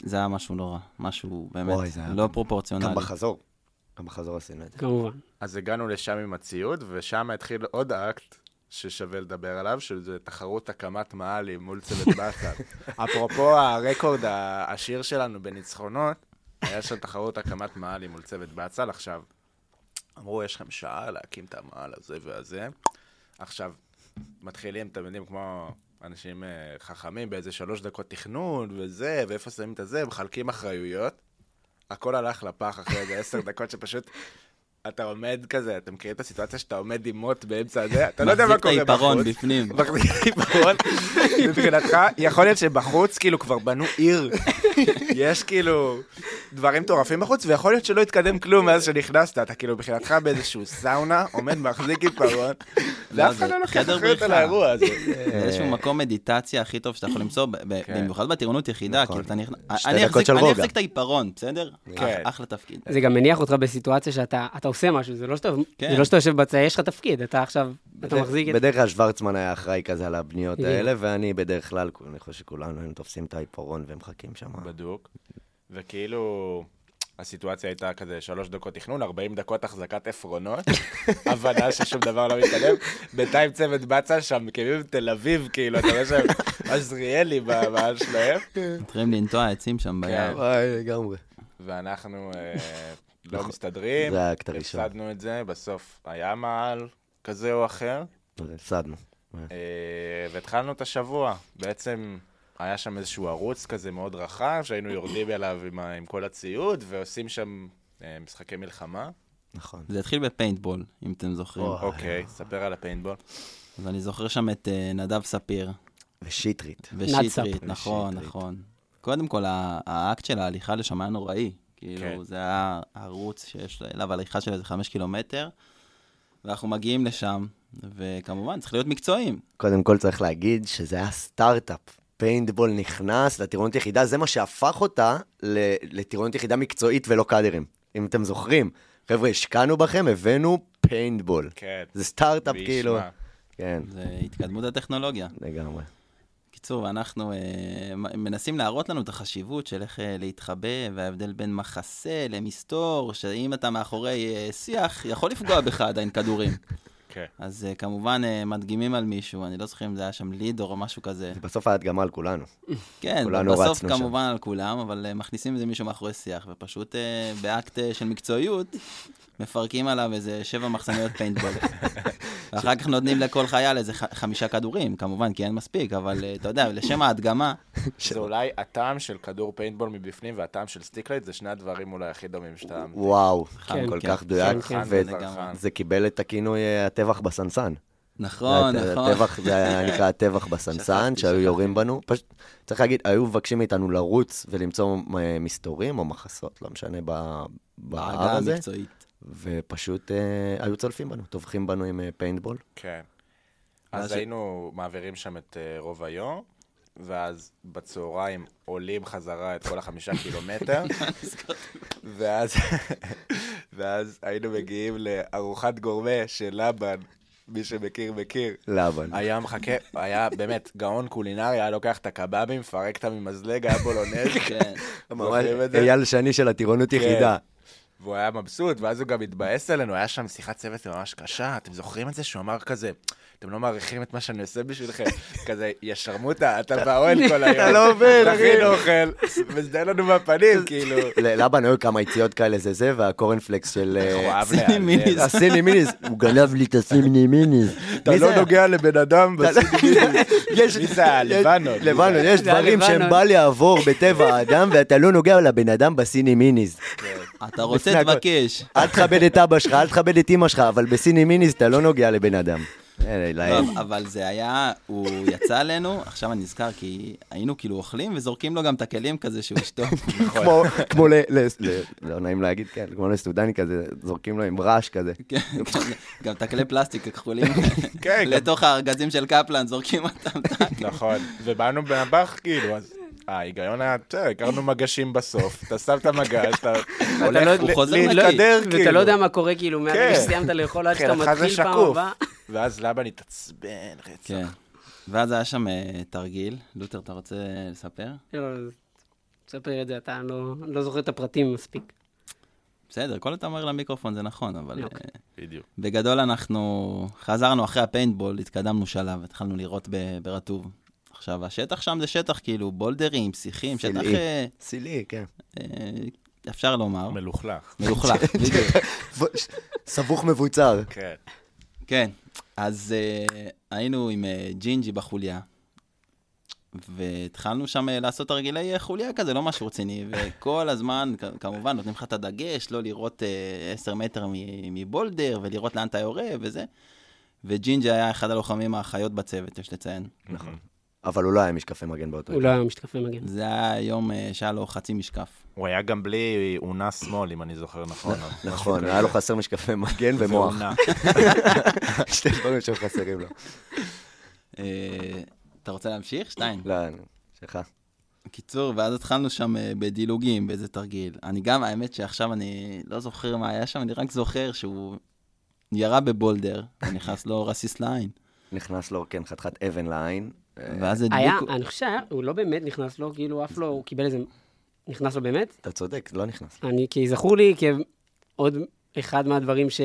S5: זה היה משהו נורא, משהו באמת
S4: וואי, זה היה-
S5: לא פרופורציונלי.
S4: גם בחזור. גם בחזור עשינו את זה.
S3: כמובן.
S2: אז הגענו לשם עם הציוד, ושם התחיל עוד אקט ששווה לדבר עליו, שזה תחרות הקמת מאהלים מול צוות באסל. אפרופו הרקורד העשיר שלנו בניצחונות, היה שם תחרות הקמת מאהלים מול צוות באסל. עכשיו, אמרו, יש לכם שעה להקים את המאהל הזה והזה. עכשיו, מתחילים, אתם יודעים, כמו אנשים אה, חכמים, באיזה שלוש דקות תכנון וזה, ואיפה שמים את הזה, מחלקים אחריויות. הכל הלך לפח אחרי איזה עשר דקות שפשוט... אתה עומד כזה, אתם מכירים את הסיטואציה שאתה עומד עם מוט באמצע הזה, אתה לא יודע מה קורה
S5: מחזיק
S2: בחוץ.
S5: את העיפרון
S2: [laughs]
S5: בפנים.
S2: מחזיק את העיפרון. מבחינתך, יכול להיות שבחוץ כאילו כבר בנו עיר. יש כאילו דברים מטורפים בחוץ, ויכול להיות שלא התקדם כלום מאז שנכנסת, אתה כאילו מבחינתך באיזשהו סאונה, עומד מחזיק עיפרון,
S5: לא,
S2: ואף
S5: זה
S2: אחד לא לוקח
S5: חדר
S2: אחריות על
S5: בריחה.
S2: האירוע הזה.
S5: זה איזשהו מקום מדיטציה הכי טוב שאתה יכול למצוא, ב- ב- במיוחד בטירונות יחידה,
S4: כן. נכון.
S5: כאילו אתה נכנס...
S4: שתי
S5: אני
S4: דקות
S5: אחזיק-
S4: של
S5: אני
S4: רוגע.
S5: אחזיק את העיפרון, בסדר?
S2: כן.
S5: אח- אחלה תפקיד.
S3: זה גם מניח אותך בסיטואציה שאתה אתה עושה משהו, זה לא שאתה
S5: כן.
S3: זה לא שאתה יושב בצד, יש לך תפקיד, אתה עכשיו, אתה
S4: בדרך-
S3: מחזיק את...
S4: בדרך כלל שוורצמן היה אחראי כזה על הבניות
S3: בדיוק.
S4: האלה, ואני בדרך כלל, אני חושב שכולנו היינו תופסים את העיפרון ומחכים שם.
S2: בדוק. וכאילו, הסיטואציה הייתה כזה שלוש דקות תכנון, 40 דקות החזקת [laughs] עפרונות, הבנה ששום דבר לא מתקדם. בינתיים צוות בצה שם, כאילו תל אביב, כאילו, אתה רואה שם עזריאלי בבעל שלהם.
S4: כן.
S5: מתחילים לנטוע עצים שם ביער.
S4: וואי, לגמרי.
S2: ואנחנו
S4: [laughs]
S2: אה, לא מסתדרים.
S4: נכון. זה האקט הראשון.
S2: הפסדנו את זה, בסוף היה מעל כזה או אחר.
S4: הפסדנו.
S2: אה, והתחלנו את השבוע. בעצם היה שם איזשהו ערוץ כזה מאוד רחב, שהיינו יורדים אליו עם, ה- עם כל הציוד, ועושים שם אה, משחקי מלחמה.
S4: נכון.
S5: זה התחיל בפיינטבול, אם אתם זוכרים.
S4: וואו.
S2: אוקיי, ספר על הפיינבול.
S5: אז אני זוכר שם את אה, נדב ספיר
S4: ושיטרית.
S5: ושטרית,
S3: נדספ.
S5: נכון,
S4: ושטרית.
S5: נכון. קודם כל, ה- האקט של ההליכה לשם היה נוראי.
S2: כן.
S5: כאילו, זה היה ערוץ שיש אליו הליכה של איזה חמש קילומטר, ואנחנו מגיעים לשם, וכמובן, צריך להיות מקצועיים.
S4: קודם כל צריך להגיד שזה היה סטארט-אפ. פיינטבול נכנס לטירונות יחידה, זה מה שהפך אותה ל- לטירונות יחידה מקצועית ולא קאדרים. אם אתם זוכרים. חבר'ה, השקענו בכם, הבאנו פיינטבול.
S2: כן.
S4: זה סטארט-אפ
S2: וישמע.
S4: כאילו. כן,
S5: זה התקדמות הטכנולוגיה.
S4: לגמרי.
S5: קיצור, אנחנו אה, מ- מנסים להראות לנו את החשיבות של איך אה, להתחבא, וההבדל בין מחסה למסתור, שאם אתה מאחורי אה, שיח, יכול לפגוע בך עדיין כדורים.
S2: כן.
S5: אז אה, כמובן אה, מדגימים על מישהו, אני לא זוכר אם זה היה שם לידור או משהו כזה.
S4: בסוף ההדגמה על כולנו.
S5: כן,
S4: כולנו
S5: בסוף
S4: רצנו שם.
S5: כמובן על כולם, אבל אה, מכניסים איזה מישהו מאחורי שיח, ופשוט אה, באקט אה, של מקצועיות, מפרקים עליו איזה שבע מחסניות פיינטבול.
S4: [laughs]
S5: ואחר כך נותנים לכל חייל איזה ח- חמישה כדורים, כמובן, כי אין מספיק, אבל אה, אתה יודע, לשם ההדגמה,
S2: זה אולי הטעם של כדור פיינטבול מבפנים והטעם של סטיקלייט, זה שני הדברים אולי הכי דומים שאתה...
S4: וואו,
S5: כן,
S4: כל
S5: כן.
S4: כך מדויק.
S3: כן, כן.
S4: ו-
S5: לגמרי.
S4: זה קיבל את הכינוי אה, הטבח בסנסן.
S5: נכון,
S4: זה היה-
S5: נכון.
S4: הטבח,
S5: [laughs]
S4: זה היה נקרא הטבח בסנסן,
S5: שכחתי,
S4: שהיו
S5: שכחתי.
S4: יורים בנו. פשוט, צריך להגיד, היו מבקשים מאיתנו לרוץ ולמצוא אה, מסתורים או מחסות, לא משנה, ב- בהר
S5: בעגה
S4: הזה,
S5: המקצועית.
S4: ופשוט אה, היו צולפים בנו, טובחים בנו עם אה, פיינטבול.
S2: כן. אז
S5: ואז-
S2: היינו מעבירים שם את אה, רוב היום, ואז בצהריים עולים חזרה את כל החמישה קילומטר, ואז [laughs] ואז היינו מגיעים לארוחת גורמה של לבן, מי שמכיר מכיר.
S4: לאבן.
S5: אה,
S2: היה מחכה, היה באמת גאון קולינרי, היה לוקח את הקבבים, מפרק אותם ממזלג, היה בולונז.
S4: [laughs]
S5: כן.
S4: ממש
S2: זוכרים
S5: אוקיי,
S2: את זה?
S4: אייל שני של הטירונות יחידה.
S2: והוא היה מבסוט, ואז הוא גם התבאס עלינו, היה שם שיחת צוות ממש קשה, אתם זוכרים את זה? שהוא אמר כזה, אתם לא מעריכים את מה שאני עושה בשבילכם, [laughs] כזה, יא שרמוטה, אתה באוהל כל היום.
S4: אתה לא עובד, אחי.
S2: תכין אוכל, וזה לנו בפנים,
S4: [laughs]
S2: כאילו.
S4: ללבן היו כמה יציאות כאלה זה זה, והקורנפלקס של... אה,
S2: איך הוא אהב
S5: סיני מיניס.
S2: להיעלב.
S4: הסיני מיניס, הוא גנב לי את הסיני מיניס.
S2: אתה
S4: מי זה לא-
S2: לא
S4: היה?
S2: נוגע לבן אדם
S4: [laughs] יש-
S2: מי זה היה?
S4: יש-
S2: לבנון.
S4: לבנון, יש
S3: זה היה
S4: דברים שהם
S3: לבנון.
S4: בל יעבור בטבע האדם, ואתה לא נוגע לבן אדם בסיני מיניס.
S5: אתה רוצה,
S4: לפני הכל.
S5: תבקש.
S4: אל תכבד את אבא שלך, אל תכבד את אמא שלך, אבל בסיני מיניס אתה לא נוגע לבן אדם. אה,
S5: לא,
S4: להם.
S5: אבל זה היה, הוא יצא עלינו, עכשיו אני נזכר, כי היינו כאילו אוכלים וזורקים לו גם את הכלים כזה שהוא ישתוק.
S4: [laughs]
S2: נכון. [laughs]
S4: כמו- כמו ל... ל- ל- לא נעים להגיד, כן, כמו לסטודני כזה, זורקים לו עם רעש כזה.
S5: כן, גם- גם את הכלי פלסטיק הכחולים,
S2: כן, גם-
S5: לתוך הארגזים של קפלן, זורקים אותם.
S2: נכון, ובאנו במבח, כאילו, אז... ההיגיון היה, בסדר, הכרנו מגשים בסוף, אתה שם את המגש, אתה הולך
S5: הוא
S2: ל-
S5: חוזר
S2: להתקדר, כאילו.
S3: ואתה לא יודע מה קורה, כאילו,
S2: כן.
S3: מהרגע שסיימת לאכול עד שאתה
S2: מבחינתך זה
S3: מתחיל פעם
S2: שקוף.
S3: הבאה.
S2: ואז לבן התעצבן, רצח.
S5: כן. ואז היה שם אה, תרגיל, לותר, אתה רוצה לספר?
S3: לא, לא, תספר את זה, אתה לא- לא זוכר את הפרטים מספיק.
S5: בסדר, כל אתה אומר למיקרופון זה נכון, אבל...
S3: אוקיי.
S5: אה,
S2: בדיוק.
S5: בגדול אנחנו חזרנו אחרי הפיינטבול, התקדמנו שלב, התחלנו לירות ב- ברטוב. עכשיו, השטח שם זה שטח כאילו בולדרים, שיחים, שטח
S4: סלעי.
S5: אה,
S4: סילי, כן.
S5: אה, אפשר לומר,
S2: מלוכלך. [laughs]
S5: מלוכלך, בדיוק.
S4: סבוך מבוצר.
S2: כן.
S5: כן, אז אה, היינו עם אה, ג'ינג'י בחוליה, והתחלנו שם אה, לעשות הרגלי אה, חוליה כזה, לא משהו רציני, וכל הזמן, כ- כמובן, נותנים לך את הדגש, לא לראות אה, 10 מטר מ- מבולדר, ולראות לאן אתה יורה וזה. וג'ינג'י היה אחד הלוחמים האחיות בצוות, יש לציין.
S2: נכון.
S4: אבל הוא לא היה עם משקפי מגן באותו
S3: הוא לא היה משתקפי מגן.
S5: זה היה יום אה, שהיה לו חצי משקף.
S2: הוא היה גם בלי אה, אונה שמאל, אם אני זוכר נכון.
S4: נכון, היה לו חסר משקפי מגן כן, ומוח. [laughs] שתי דברים שחסרים לו.
S5: [laughs] אה, אתה רוצה להמשיך? שתיים.
S4: לא, שלך.
S5: קיצור, ואז התחלנו שם אה, בדילוגים, באיזה תרגיל. אני גם, האמת שעכשיו אני לא זוכר מה היה שם, אני רק זוכר שהוא ירה בבולדר, ונכנס לו רסיס לעין.
S4: נכנס לו, כן, חתיכת אבן לעין.
S5: ואז
S3: היה,
S5: הדליקו...
S3: אני חושב, שהיה- הוא לא באמת נכנס לו, כאילו, אף לא, הוא קיבל איזה... נכנס לו באמת?
S4: אתה צודק, לא נכנס.
S3: אני, כי זכור לי כעוד אחד מהדברים ש...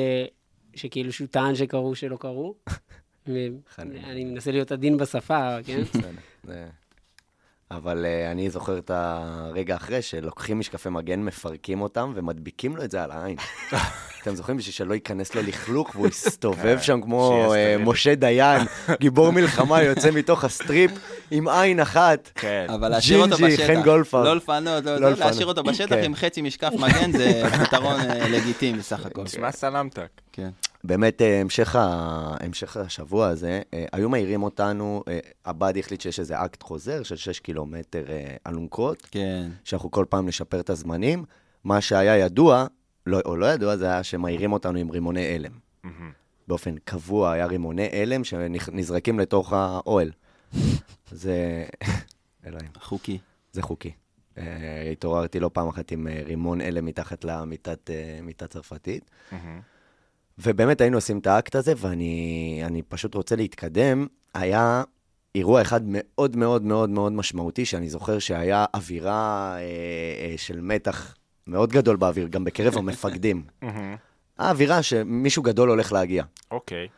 S3: שכאילו שהוא טען שקרו שלא קרו. ו-
S4: חלילה.
S3: אני מנסה להיות עדין בשפה, כן?
S4: בסדר, זה- אבל אה, אני זוכר את הרגע אחרי שלוקחים משקפי מגן, מפרקים אותם ומדביקים לו את זה על העין. אתם זוכרים? בשביל שלא ייכנס לו לכלוך והוא יסתובב שם כמו
S2: שיהיה
S4: אה,
S2: סטרילי.
S4: משה דיין, גיבור מלחמה, יוצא מתוך הסטריפ עם עין אחת.
S2: כן.
S5: אבל להשאיר אותו
S4: ג'ינג'י,
S5: בשטח.
S4: חן גולדפרב.
S5: לא לפנות, לא
S4: כן, לא
S5: זה,
S4: לפנות.
S5: להשאיר אותו בשטח
S4: כן.
S5: עם חצי משקף מגן
S4: [laughs]
S5: זה פתרון אה, לגיטימי סך הכל.
S2: נשמע סלמתק.
S5: כן.
S4: באמת, אה, המשך, ה... המשך השבוע הזה, אה, היו מעירים אותנו, אה, הבאדי החליט שיש איזה אקט חוזר של 6 קילומטר אה, אלונקות,
S5: כן.
S4: שאנחנו כל פעם נשפר את הזמנים. מה שהיה ידוע, לא, או לא ידוע, זה היה שמעירים אותנו עם רימוני הלם. באופן קבוע היה רימוני הלם שנזרקים לתוך האוהל. זה... [laughs] אלוהים,
S5: חוקי.
S4: זה חוקי. אה, התעוררתי לא פעם אחת עם אה, רימון הלם מתחת למיטת אה, מיטה צרפתית. ובאמת היינו עושים את האקט הזה, ואני אני פשוט רוצה להתקדם. היה אירוע אחד מאוד מאוד מאוד מאוד משמעותי, שאני זוכר שהיה אווירה אה, אה, של מתח מאוד גדול באוויר, גם בקרב המפקדים. האווירה שמישהו גדול הולך להגיע.
S2: אוקיי.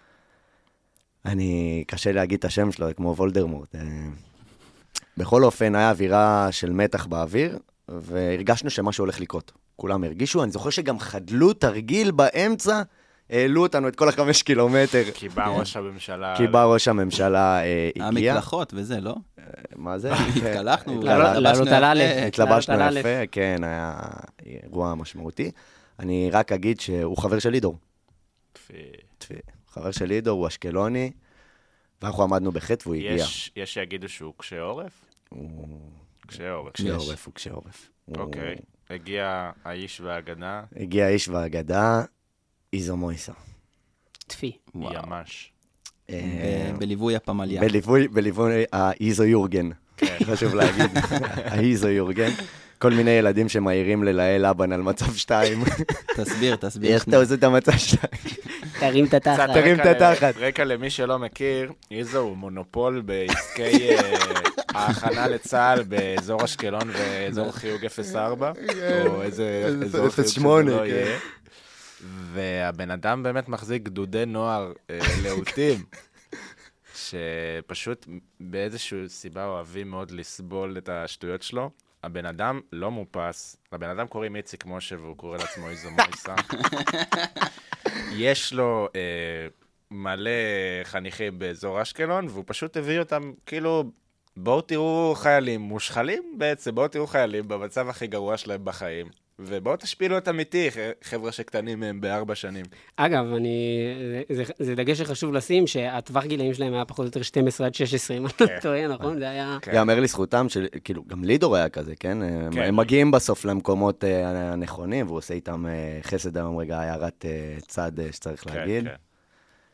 S4: אני, קשה להגיד את השם שלו, כמו וולדרמורט. אה, בכל אופן, היה אווירה של מתח באוויר, והרגשנו שמשהו הולך לקרות. כולם הרגישו, אני זוכר שגם חדלו תרגיל באמצע, העלו אותנו את כל החמש קילומטר.
S2: כי בא ראש הממשלה...
S4: כן. כי בא ראש הממשלה, אה, הגיע.
S5: המקלחות וזה, לא?
S4: מה זה? כן.
S5: התקלחנו,
S3: לעלות- לעלות על א'.
S5: יפה.
S4: התלבשנו
S3: לעלות על
S4: יפה, כן, היה אירוע משמעותי. אני רק אגיד שהוא חבר של לידור. טפי. חבר של לידור, הוא אשקלוני, ואנחנו עמדנו בחטא והוא הגיע.
S2: יש יש שיגידו שהוא קשה עורף?
S4: הוא
S2: קשה עורף.
S4: קשה עורף, הוא קשה עורף. הוא-
S2: אוקיי. הגיע האיש והאגדה,
S4: הגיע איש והאגדה, איזו מויסה.
S3: טפי.
S5: וואו.
S2: ימ"ש.
S4: אה,
S5: ב- בליווי הפמליה.
S4: בליווי, בליווי האיזו יורגן,
S2: כן.
S4: [laughs]
S2: [laughs]
S4: חשוב להגיד, האיזו יורגן. כל מיני ילדים שמעירים ללהל אבן על מצב שתיים.
S2: [laughs]
S5: תסביר, תסביר.
S4: איך אתה עושה את המצב שתיים?
S3: תרים את התחת.
S2: קצת
S4: תרים את
S2: רקע ל-
S4: התחת.
S2: רקע למי שלא מכיר, איזו הוא מונופול בעסקי אה, ההכנה לצה"ל באזור אשקלון ואזור חיוג 04, או איזה
S4: איזה
S2: אזור חיוג
S4: 08,
S2: שזה לא
S4: כן.
S2: יהיה. והבן אדם באמת מחזיק גדודי נוער אה, להוטים, שפשוט באיזושהי סיבה אוהבים מאוד לסבול את השטויות שלו. הבן אדם לא מופס, לבן אדם קוראים איציק משה והוא קורא לעצמו איזו מויסה. יש לו אה, מלא חניכים באזור אשקלון, והוא פשוט הביא אותם, כאילו, בואו תראו חיילים מושחלים בעצם, בואו תראו חיילים במצב הכי גרוע שלהם בחיים. ובואו תשפילו אותם איתי, ח- חבר'ה שקטנים מהם בארבע שנים.
S3: אגב, אני... זה, זה, זה דגש שחשוב לשים, שהטווח גילאים שלהם היה פחות או יותר 12 עד 16, אם אני לא טועה, נכון? זה היה...
S2: כן.
S4: יאמר לזכותם, של- כאילו, גם לידור היה כזה, כן? הם-
S2: כן.
S4: הם מגיעים בסוף למקומות אה, הנכונים, והוא עושה איתם אה, חסד היום רגע, הערת אה, צד אה, שצריך
S2: כן,
S4: להגיד.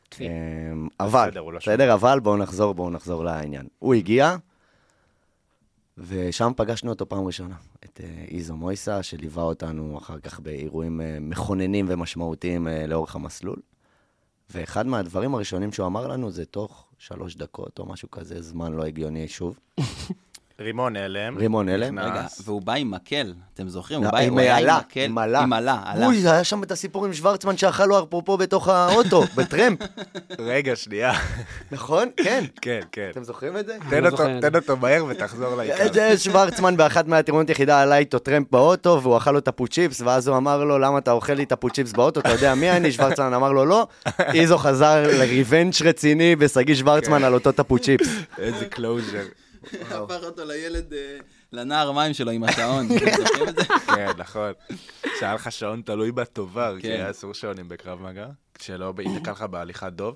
S3: טפי.
S4: אמ, אבל,
S2: בסדר, הוא לא
S4: בסדר, אבל בואו נחזור, בואו נחזור לעניין. הוא הגיע, ושם פגשנו אותו פעם ראשונה, את אה, איזו מויסה, שליווה אותנו אחר כך באירועים אה, מכוננים ומשמעותיים אה, לאורך המסלול. ואחד מהדברים הראשונים שהוא אמר לנו זה תוך שלוש דקות או משהו כזה, זמן לא הגיוני שוב.
S2: רימון הלם.
S4: רימון הלם.
S2: נכנס.
S5: רגע, והוא בא עם מקל, אתם זוכרים? הוא
S4: לא,
S5: בא הוא היה עם מקל.
S4: עם אלה.
S5: עם אלה, אלה.
S4: אוי, היה שם את הסיפור עם שוורצמן שאכל לו אפרופו בתוך האוטו, [laughs] בטרמפ,
S2: רגע, שנייה. [laughs]
S4: נכון? כן.
S2: כן, כן.
S4: אתם זוכרים את זה?
S2: תן
S3: לא
S2: אותו-
S3: זוכר.
S2: תן אותו מהר
S4: [laughs]
S2: ותחזור לעיקר.
S3: כן.
S4: את זה אה, שוורצמן באחת מהטירונות יחידה עלה איתו טרמפ באוטו, והוא אכל לו טפו צ'יפס, ואז הוא אמר לו, למה אתה אוכל לי טפו צ'יפס באוטו, אתה יודע מי אני? שוורצמן אמר לו,
S3: [laughs]
S4: לא. איזו חזר לריבנג' רציני בשגיא
S3: כן.
S4: שוורצמן על אותו טפו
S3: [laughs]
S4: צ'יפס.
S2: איזה קלוז'ר.
S5: הפך אותו לילד, אה, לנער מים שלו עם השעון. אתם זוכרים את זה?
S2: כן, נכון. שהיה לך שעון תלוי בטובר, כי
S5: כן.
S2: היה אסור שעונים בקרב מגע, כשלא ייתקע לך בהליכת דוב.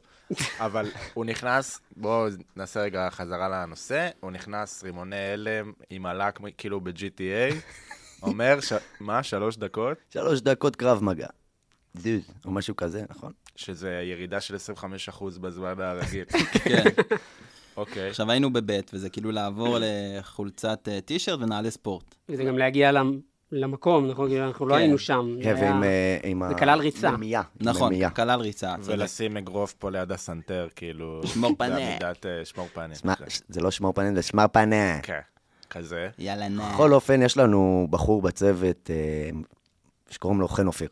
S2: אבל הוא נכנס, בואו נעשה רגע חזרה לנושא, הוא נכנס רימוני הלם עם הלק כאילו ב-GTA, אומר, ש... מה, שלוש דקות?
S4: שלוש דקות קרב מגע. דוד, או משהו כזה, נכון?
S2: שזה ירידה של 25% בזמן הרגיל.
S5: כן.
S2: אוקיי.
S5: עכשיו היינו בבית, וזה כאילו לעבור לחולצת אה, טישרט ונעלי ספורט.
S3: וזה גם להגיע למ- למקום, נכון? כאילו, אנחנו לא
S5: כן.
S3: היינו שם. זה
S4: כן, ועם...
S3: היה-
S4: אה, עם ה-
S3: זה כלל ריצה.
S4: ממייה.
S5: נכון,
S4: ממייה.
S5: כלל ריצה. צודק.
S2: ולשים אגרוף פה ליד הסנטר, כאילו...
S5: שמור פנים.
S2: בעמידת, אה, שמור פנים.
S4: שמע, ש- זה לא שמר פנים, זה שמר פנים.
S2: כן, כזה.
S5: יאללה נע.
S4: בכל אופן, יש לנו בחור בצוות אה, שקוראים לו חן אופיר.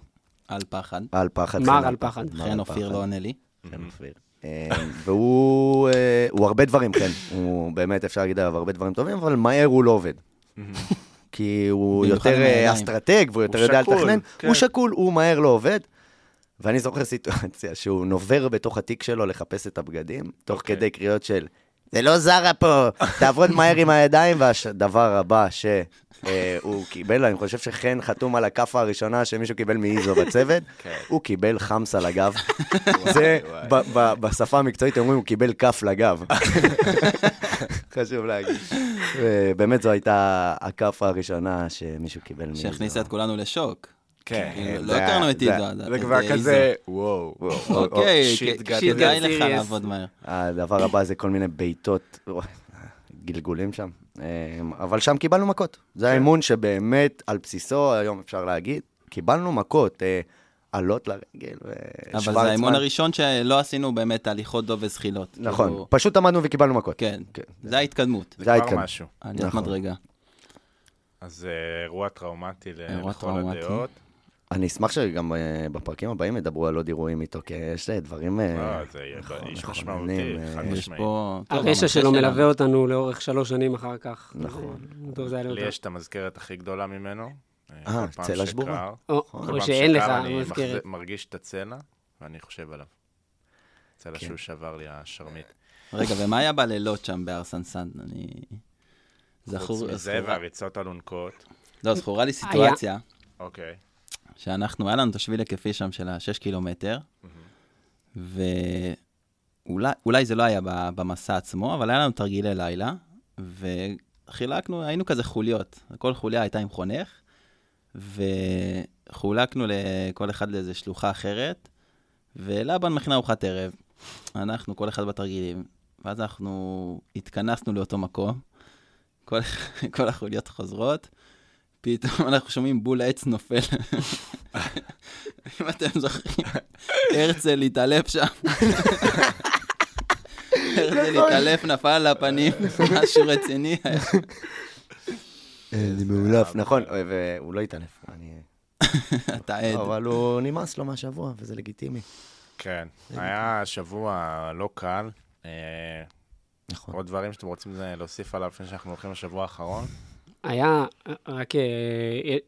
S5: על פחד.
S4: על פחד.
S3: מר
S4: חן
S3: על פחד.
S4: מר
S5: חן
S4: על
S5: אופיר
S4: פחד.
S5: לא עונה לי.
S4: חן אופיר. אה, כן, והוא אה, הוא הרבה דברים, כן. הוא באמת, אפשר להגיד עליו הרבה דברים טובים, אבל מהר הוא לא עובד. כי הוא
S5: במיוחד עם
S4: יותר אה,
S5: העיניים.
S4: אסטרטג, והוא יותר יודע
S2: שקול,
S4: לתכנן.
S2: כן.
S4: הוא שקול, הוא מהר לא עובד. ואני זוכר סיטואציה שהוא נובר בתוך התיק שלו לחפש את הבגדים, תוך
S2: אוקיי.
S4: כדי קריאות של, זה לא זרה פה, תעבוד מהר עם הידיים, והדבר הבא שהוא קיבל, אני חושב שחן חתום על הכאפה הראשונה שמישהו קיבל מאיזו בצוות,
S2: כן.
S4: הוא קיבל חמסה לגב. זה,
S2: [laughs] וואי.
S4: ב- ב- בשפה המקצועית אומרים, הוא קיבל כף לגב. חשוב להגיד. באמת זו הייתה הכאפה הראשונה שמישהו קיבל מאיזו.
S5: שהכניסה את כולנו לשוק.
S2: כן.
S5: כאילו,
S4: זה
S5: לא
S4: היה-
S5: הכרנו את
S4: זה-
S5: איזו. אז-
S2: זה
S5: אז
S2: כבר
S5: איזו.
S2: כזה, וואו.
S5: אוקיי,
S2: שיט
S5: כ-
S2: גאד
S5: כדאי
S3: סיריוס.
S5: לך לעבוד מהר.
S4: הדבר הבא זה כל מיני בעיטות, אוי, גלגולים שם. אמ, אבל שם קיבלנו מכות.
S5: כן.
S4: זה האמון שבאמת, על בסיסו, היום אפשר להגיד, קיבלנו מכות. אה, עלות לרגל ושוורצמן.
S5: אבל זה האימון הראשון שלא עשינו באמת הליכות דוב וזחילות.
S4: נכון,
S5: כאילו,
S4: פשוט עמדנו וקיבלנו מכות.
S5: כן,
S4: כן.
S5: זה ההתקדמות.
S2: זה
S4: זה
S2: כבר
S4: ההתקדמות.
S2: משהו.
S5: עליית
S4: נכון.
S5: מדרגה.
S2: אז זה אירוע טראומטי ל-
S5: אירוע
S2: לכל
S5: טראומטי.
S2: הדעות.
S4: אני אשמח שגם אה, בפרקים הבאים ידברו על עוד אירועים איתו, כי יש אה, דברים... אה,
S2: אה, זה יהיה
S4: נכון,
S2: איש
S4: נכון,
S2: משמעותי,
S4: אה,
S2: חד
S5: יש
S2: משמעית.
S5: פה... טוב, המנחה
S3: הרשע שלו
S5: שלנו.
S3: מלווה אותנו לאורך שלוש שנים אחר כך.
S4: נכון.
S3: זה- טוב, זה היה לי
S2: לי
S3: אותו.
S2: יש את המזכרת הכי גדולה ממנו. אה,
S4: אה,
S2: כל פעם
S4: צלע
S2: שקר,
S4: שבורה.
S3: או-
S2: כל
S4: כל
S3: או
S2: פעם
S3: שאין לך
S2: שקר אני
S3: מזכרת.
S2: מחז- מרגיש את הצלע, ואני חושב עליו. הצלע
S4: כן.
S2: שהוא שבר לי, השרמית.
S5: רגע, ומה היה בלילות שם בהר סנסן? אני...
S2: חוץ
S5: זכור...
S2: מזה
S5: זכורה-
S2: והריצות אלונקות.
S5: לא, זכורה לי סיטואציה,
S2: אוקיי.
S5: שאנחנו, היה לנו את השביל הכיפי שם של ה-6 קילומטר, ואולי אולי זה לא היה ב- במסע עצמו, אבל היה לנו תרגילי לילה, וחילקנו, היינו כזה חוליות. כל חוליה הייתה עם חונך, וחולקנו לכל אחד לאיזה שלוחה אחרת, ולבן מכינה ארוחת ערב. אנחנו, כל אחד בתרגילים, ואז אנחנו התכנסנו לאותו מקום, כל, [laughs] כל החוליות חוזרות, פתאום אנחנו שומעים בול העץ נופל. אם אתם זוכרים, הרצל התעלף שם. הרצל
S4: נכון.
S5: התעלף, נפל על הפנים, משהו רציני. היה.
S4: אני מאולף, אה, נכון, אה, והוא לא התעלף, אני... לא,
S5: אתה עד.
S4: אבל הוא נמאס לו מהשבוע, וזה לגיטימי.
S2: כן. היה שבוע לא קל. אה,
S4: נכון.
S2: עוד דברים שאתם רוצים אה, להוסיף עליו לפני שאנחנו הולכים לשבוע האחרון?
S3: היה, רק אה,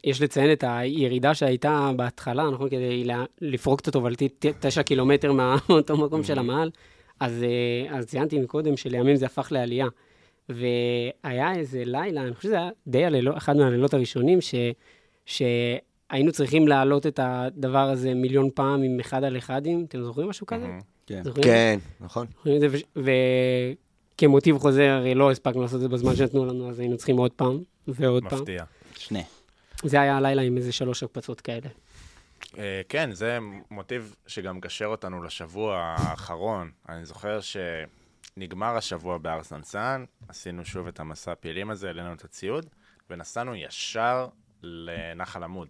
S3: יש לציין את הירידה שהייתה בהתחלה, נכון? כדי לה- לפרוק את התובלתית ת- תשע קילומטר [laughs] מאותו מקום של המעל. אז, אה, אז ציינתי מקודם שלימים זה הפך לעלייה. והיה איזה לילה, אני חושב שזה היה די הלילות, אחד מהלילות הראשונים, ש, שהיינו צריכים להעלות את הדבר הזה מיליון פעם עם אחד על אחדים. אתם זוכרים משהו כזה?
S2: מהמם.
S5: כן.
S3: זוכרים?
S4: כן, נכון.
S3: זוכרים את זה? וש- וכמוטיב חוזר, הרי לא הספקנו לעשות את זה בזמן שנתנו לנו, אז היינו צריכים עוד פעם, ועוד פעם.
S2: מפתיע.
S5: שני.
S3: זה היה הלילה עם איזה שלוש הקפצות כאלה.
S2: אה, כן, זה מוטיב שגם קשר אותנו לשבוע האחרון. אני זוכר שנגמר השבוע בהר סנסן, עשינו שוב את המסע הפילים הזה, העלינו את הציוד, ונסענו ישר לנחל עמוד.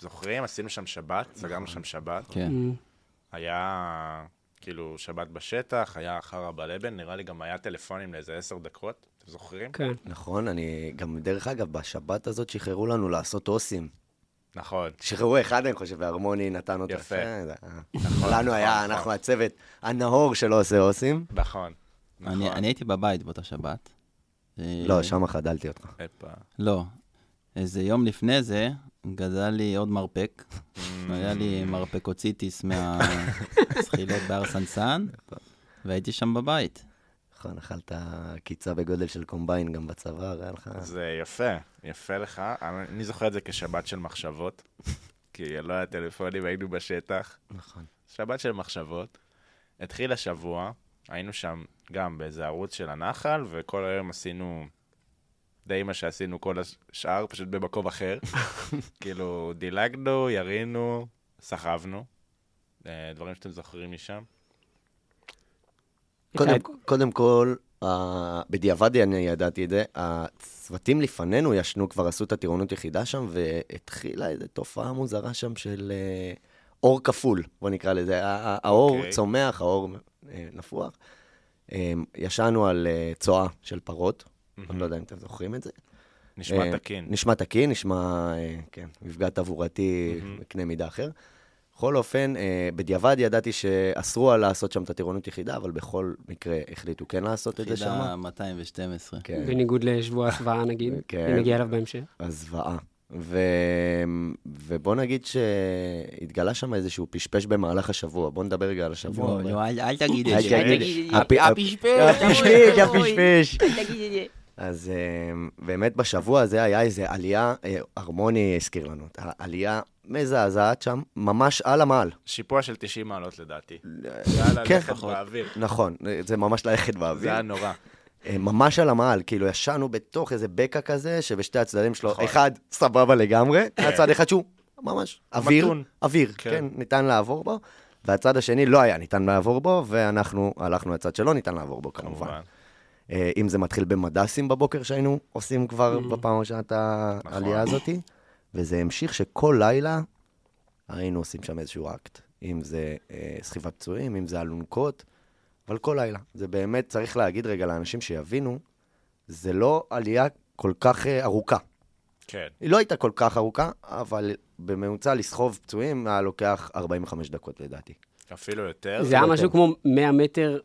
S2: זוכרים? עשינו שם שבת, סגרנו שם שבת.
S5: כן.
S3: Mm.
S2: היה כאילו שבת בשטח, היה אחר הבלבן, נראה לי גם היה טלפונים לאיזה עשר דקות, אתם זוכרים?
S3: כן.
S4: נכון, אני גם, דרך אגב, בשבת הזאת שחררו לנו לעשות אוסים.
S2: נכון.
S4: שחררו אחד, אני חושב, והרמוני נתן אותו. כן,
S2: יפה.
S4: זה היה- לנו היה,
S2: נכון,
S4: אנחנו
S2: נכון.
S4: הצוות הנאור שלא עושה אוסים.
S2: נכון. נכון.
S5: אני אני הייתי בבית באותה שבת. אה,
S2: Mm-hmm.
S4: לא, שם חדלתי אותך.
S2: הפה.
S5: לא. איזה יום לפני זה, גדל לי עוד מרפק.
S4: Mm.
S5: לא היה
S2: Mm.
S5: לי מרפקוציטיס
S4: [laughs]
S5: מהזחילות בהר סנסן, והייתי שם בבית.
S4: נכון, אכלת קיצה בגודל של קומביין גם בצוואר, היה לך...
S2: זה יפה, יפה לך. אני אני זוכר את זה כשבת של מחשבות, [laughs] כי לא היה טלפונים, היינו בשטח.
S4: נכון.
S2: שבת של מחשבות. התחיל השבוע, היינו שם גם באיזה ערוץ של הנחל, וכל היום עשינו די מה שעשינו כל השאר, פשוט במקום
S5: [laughs]
S2: אחר. כאילו, דילגנו, ירינו, סחבנו. אה, דברים שאתם זוכרים משם.
S4: קודם,
S3: הייתה-
S4: קודם כל, uh, בדיעבד אני ידעתי את זה, הצוותים לפנינו ישנו, כבר עשו את הטירונות יחידה שם, והתחילה איזו תופעה מוזרה שם של uh, אור כפול, בוא נקרא לזה. ה- ה- האור
S2: אוקיי.
S4: okay. צומח, האור uh, נפוח. Um, ישנו על uh, צואה של פרות, mm-hmm. אני לא יודע אם אתם זוכרים את זה.
S2: נשמע
S4: אה,
S2: תקין.
S4: נשמע תקין, נשמע, אה, כן, מפגע תעבורתי בקנה מידה אחר. בכל אופן, אה, בדיעבד ידעתי שאסרו על לעשות שם את הטירונות יחידה, אבל בכל מקרה החליטו כן לעשות את זה
S5: יחידה
S4: שם.
S5: 212.
S4: כן,
S3: בניגוד לשבוע הסוואה נגיד,
S4: כן.
S3: אם נגיע אליו בהמשך.
S4: הזוועה. ו... ובוא נגיד שהתגלה שם איזשהו פשפש במהלך השבוע. בוא נדבר רגע על השבוע.
S5: לא, לא, אל אל תגיד
S4: אל
S5: את זה.
S4: תגיד. הפ- הפ- הפשפש, הפשפש. אז אמ, באמת בשבוע הזה היה איזה עלייה, אה, הרמוני הזכיר לנו, אותה, עלייה מזעזעת שם, ממש על המעל.
S2: שיפוע של 90 מעלות לדעתי. זה היה ללכת
S4: כן, פחות.
S2: באוויר.
S4: נכון, זה ממש ללכת
S2: זה
S4: באוויר.
S2: היה נורא.
S4: אה, ממש על המעל, כאילו ישנו בתוך איזה בקע כזה, שבשתי הצדדים שלו,
S2: נכון.
S4: אחד סבבה לגמרי, הצד אחד שהוא ממש אוויר,
S2: כן. מתון.
S4: אוויר,
S2: כן.
S4: כן, ניתן לעבור בו, והצד השני לא היה ניתן לעבור בו, ואנחנו הלכנו לצד שלא ניתן לעבור בו כמובן.
S2: כמובן.
S4: אה, אם זה מתחיל במדסים בבוקר שהיינו עושים כבר
S3: Mm.
S4: בפעם הראשונה את
S3: נכון.
S4: העלייה הזאת, וזה המשיך שכל לילה היינו עושים שם איזשהו אקט. אם זה אה, סחיבת פצועים, אם זה אלונקות, אבל כל לילה. זה באמת, צריך להגיד רגע לאנשים שיבינו, זה לא עלייה כל כך אה, ארוכה.
S2: כן.
S4: היא לא הייתה כל כך ארוכה, אבל בממוצע לסחוב פצועים היה לוקח 45 דקות לדעתי.
S2: אפילו יותר.
S3: זה היה
S4: יותר.
S3: משהו כמו 100 מטר,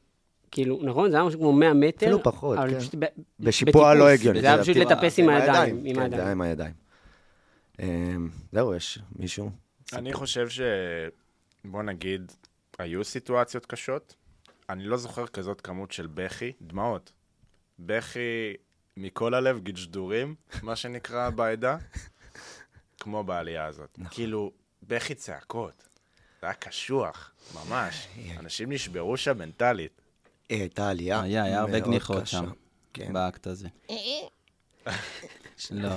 S3: כאילו, נכון? זה היה משהו כמו 100 מטר.
S4: אפילו פחות,
S3: אבל
S4: כן.
S3: פשוט ב-
S4: בשיפוע
S3: בטיפוס.
S4: לא הגיוני.
S3: זה היה
S5: זה
S3: פשוט
S5: הטיפה.
S3: לטפס עם הידיים. עם
S4: כן, זה היה
S3: הידיים.
S4: עם הידיים. אמ, זהו, יש מישהו?
S2: אני חושב ש... בוא נגיד, היו סיטואציות קשות. אני לא זוכר כזאת כמות של בכי, דמעות. בכי מכל הלב, גדשדורים, מה שנקרא בעדה, כמו בעלייה הזאת. כאילו, בכי צעקות. זה היה קשוח, ממש. אנשים נשברו שם מנטלית.
S4: אה, הייתה עלייה
S5: היה, היה הרבה
S4: מאוד
S5: גניחות
S4: קשה.
S5: שם,
S4: כן.
S5: באקט הזה. לא,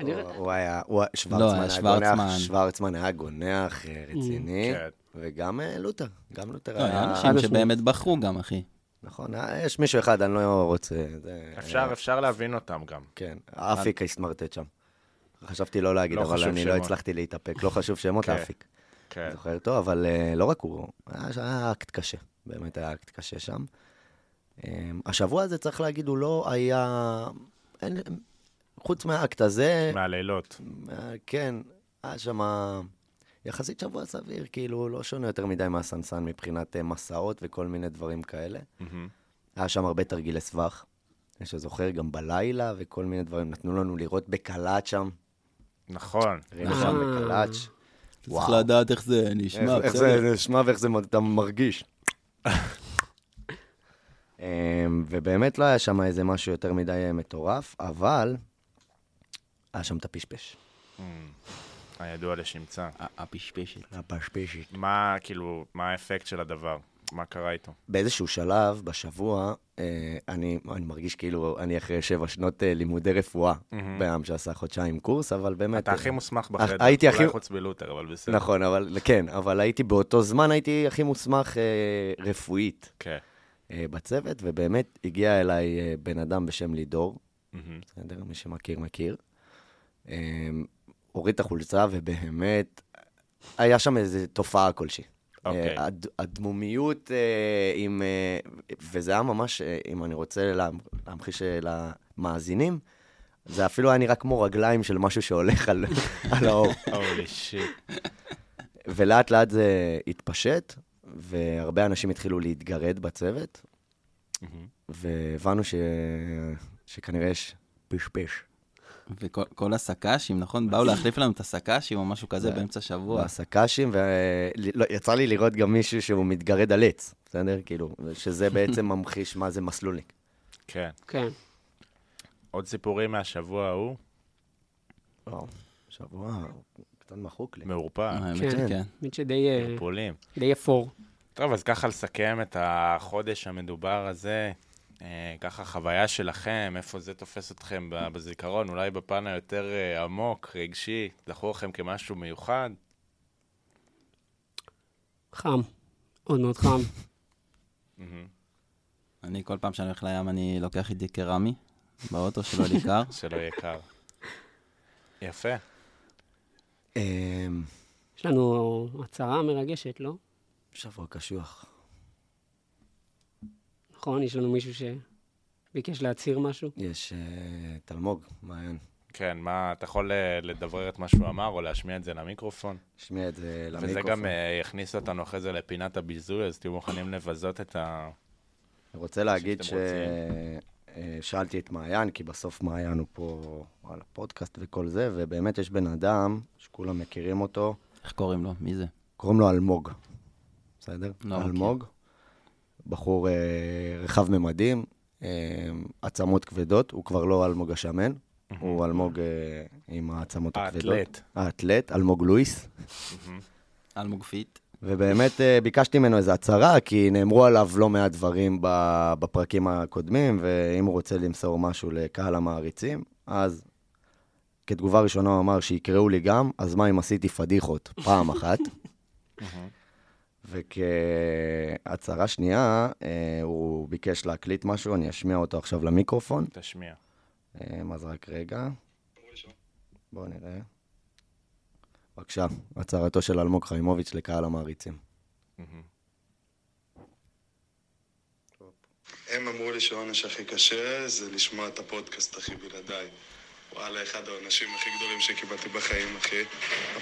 S3: אני-
S4: הוא- הוא היה, הוא-
S5: היה
S4: שוורצמן היה גונח,
S5: שוורצמן.
S4: שוורצמן היה גונח אה, רציני,
S2: כן.
S4: וגם אה, לותר, גם לותר
S5: לא, היה
S4: היה,
S5: אנשים
S3: משמעית.
S5: שבאמת בחרו גם, אחי.
S4: נכון, אה, יש מישהו אחד, אני לא רוצה, זה-
S2: אפשר, אפשר להבין אותם גם.
S4: כן, אפיק הסמרטט שם. חשבתי לא להגיד,
S2: לא
S4: אבל
S2: חשוב
S4: אני לא
S2: שמות.
S4: הצלחתי להתאפק, לא חשוב
S2: [laughs]
S4: שמות
S2: כן.
S4: לאפיק.
S2: כן.
S4: זוכר טוב, אבל אה, לא רק הוא, היה היה אקט קשה, באמת היה אקט קשה שם. אמ, השבוע הזה, צריך להגיד, הוא לא היה... אין- חוץ מהאקט הזה,
S2: מהלילות.
S4: אה, כן, היה שם יחסית שבוע סביר, כאילו, לא שונה יותר מדי מהסנסן מבחינת אה, מסעות וכל מיני דברים כאלה.
S2: מהמם.
S4: היה שם הרבה תרגילי סבך, אני שזוכר, גם בלילה וכל מיני דברים. נתנו לנו לראות בקלאץ' שם,
S2: נכון.
S4: ראינו שם
S3: אה.
S4: בקלאץ'.
S5: צריך לדעת איך זה נשמע,
S4: איך- איך
S5: בסדר.
S4: זה נשמע ואיך זה מ- אתה מרגיש. [laughs] אמ, ובאמת לא היה שם איזה משהו יותר מדי אה, מטורף, אבל היה שם את הפשפש.
S2: הידוע לשמצה.
S5: ה- הפשפשת.
S4: הפשפשת.
S2: מה, כאילו, מה האפקט של הדבר? מה קרה איתו?
S4: באיזשהו שלב בשבוע, אה, אני, אני מרגיש כאילו אני אחרי שבע שנות אה, לימודי רפואה בעם שעשה חודשיים קורס, אבל באמת...
S2: אתה
S4: אה,
S2: הכי מוסמך בחדר,
S4: הייתי
S2: אולי
S4: הכי-
S2: חוץ מלותר, אבל בסדר.
S4: נכון, אבל כן, אבל הייתי באותו זמן, הייתי הכי מוסמך אה, רפואית
S2: כן.
S4: אה, בצוות, ובאמת הגיע אליי אה, בן אדם בשם לידור,
S2: מהמם.
S4: בסדר? מי שמכיר, מכיר. אה, הוריד את החולצה, ובאמת, היה שם איזו תופעה כלשהי.
S2: אוקיי.
S4: אה, הד- הדמומיות אה, עם... אה, וזה היה ממש, אה, אם אני רוצה לה- להמחיש אה, למאזינים, זה אפילו היה נראה כמו רגליים של משהו שהולך על [laughs] על האור.
S2: הולי שיט.
S4: ולאט לאט זה התפשט, והרבה אנשים התחילו להתגרד בצוות, והבנו ש... שכנראה יש פשפש.
S5: וכל הסק"שים, נכון? באו להחליף לנו את הסק"שים או משהו כזה באמצע השבוע.
S4: והסק"שים, ויצא לי לראות גם מישהו שהוא מתגרד על עץ, בסדר? כאילו,
S2: [laughs]
S4: שזה בעצם ממחיש מה זה מסלולניק.
S2: כן.
S3: כן.
S2: עוד סיפורים מהשבוע ההוא?
S4: וואו, שבוע, קצת מחוק לי.
S2: מעורפל.
S5: אה,
S4: אה.
S5: האמת
S3: כן.
S5: שכן.
S3: האמת שדי אה,
S2: מעורפולים.
S3: די אפור.
S2: טוב, אז ככה לסכם את החודש המדובר הזה, אה, ככה חוויה שלכם, איפה זה תופס אתכם ב- בזיכרון, אולי בפן היותר אה, עמוק, רגשי, זכור לכם כמשהו מיוחד?
S3: חם. מאוד מאוד
S4: [laughs]
S3: חם.
S2: מהמם.
S5: אני כל פעם שאני הולך לים, אני לוקח איתי קרמי, באוטו שלא לי
S4: [laughs]
S5: קר.
S2: שלא יהיה קר. יפה.
S4: אמ,
S3: יש לנו הצהרה מרגשת, לא?
S4: שבוע קשוח.
S3: נכון? יש לנו מישהו שביקש להצהיר משהו?
S4: יש אה, תלמוג, מעיין.
S2: כן, מה, אתה יכול אה, לדברר את מה שהוא אמר או להשמיע את זה למיקרופון?
S4: נשמיע את זה
S2: וזה
S4: למיקרופון.
S2: גם אה, יכניס אותנו אחרי זה לפינת הביזוי, אז תהיו מוכנים לבזות את ה...
S4: אני רוצה להגיד
S2: שאתם
S4: ששאלתי את מעיין, כי בסוף מעיין הוא פה על הפודקאסט וכל זה, ובאמת יש בן אדם שכולם מכירים אותו,
S5: איך קוראים לו? מי זה?
S4: קוראים לו אלמוג, בסדר?
S5: לא מכיר.
S4: אלמוג, בחור אה, רחב ממדים, אה, עצמות כבדות, הוא כבר לא אלמוג השמן, הוא אלמוג אה, עם העצמות הכבדות.
S2: האתלט.
S4: האתלט, אלמוג לואיס.
S5: אלמוג פיט.
S4: ובאמת אה, ביקשתי ממנו איזו הצהרה, כי נאמרו עליו לא מעט דברים ב- בפרקים הקודמים, ואם הוא רוצה למסור משהו לקהל המעריצים, אז כתגובה ראשונה הוא אמר שיקראו לי גם, אז מה אם עשיתי פדיחות פעם אחת? וכהצהרה שנייה, אה, הוא ביקש להקליט משהו, אני אשמיע אותו עכשיו למיקרופון.
S2: תשמיע.
S4: אה, אז רק רגע. בואו נראה. בבקשה, הצהרתו של אלמוג חיימוביץ' לקהל המעריצים.
S6: הם אמרו לי שהעונש הכי קשה זה לשמוע את הפודקאסט הכי בלעדיי. וואלה, אחד העונשים הכי גדולים שקיבלתי בחיים, אחי.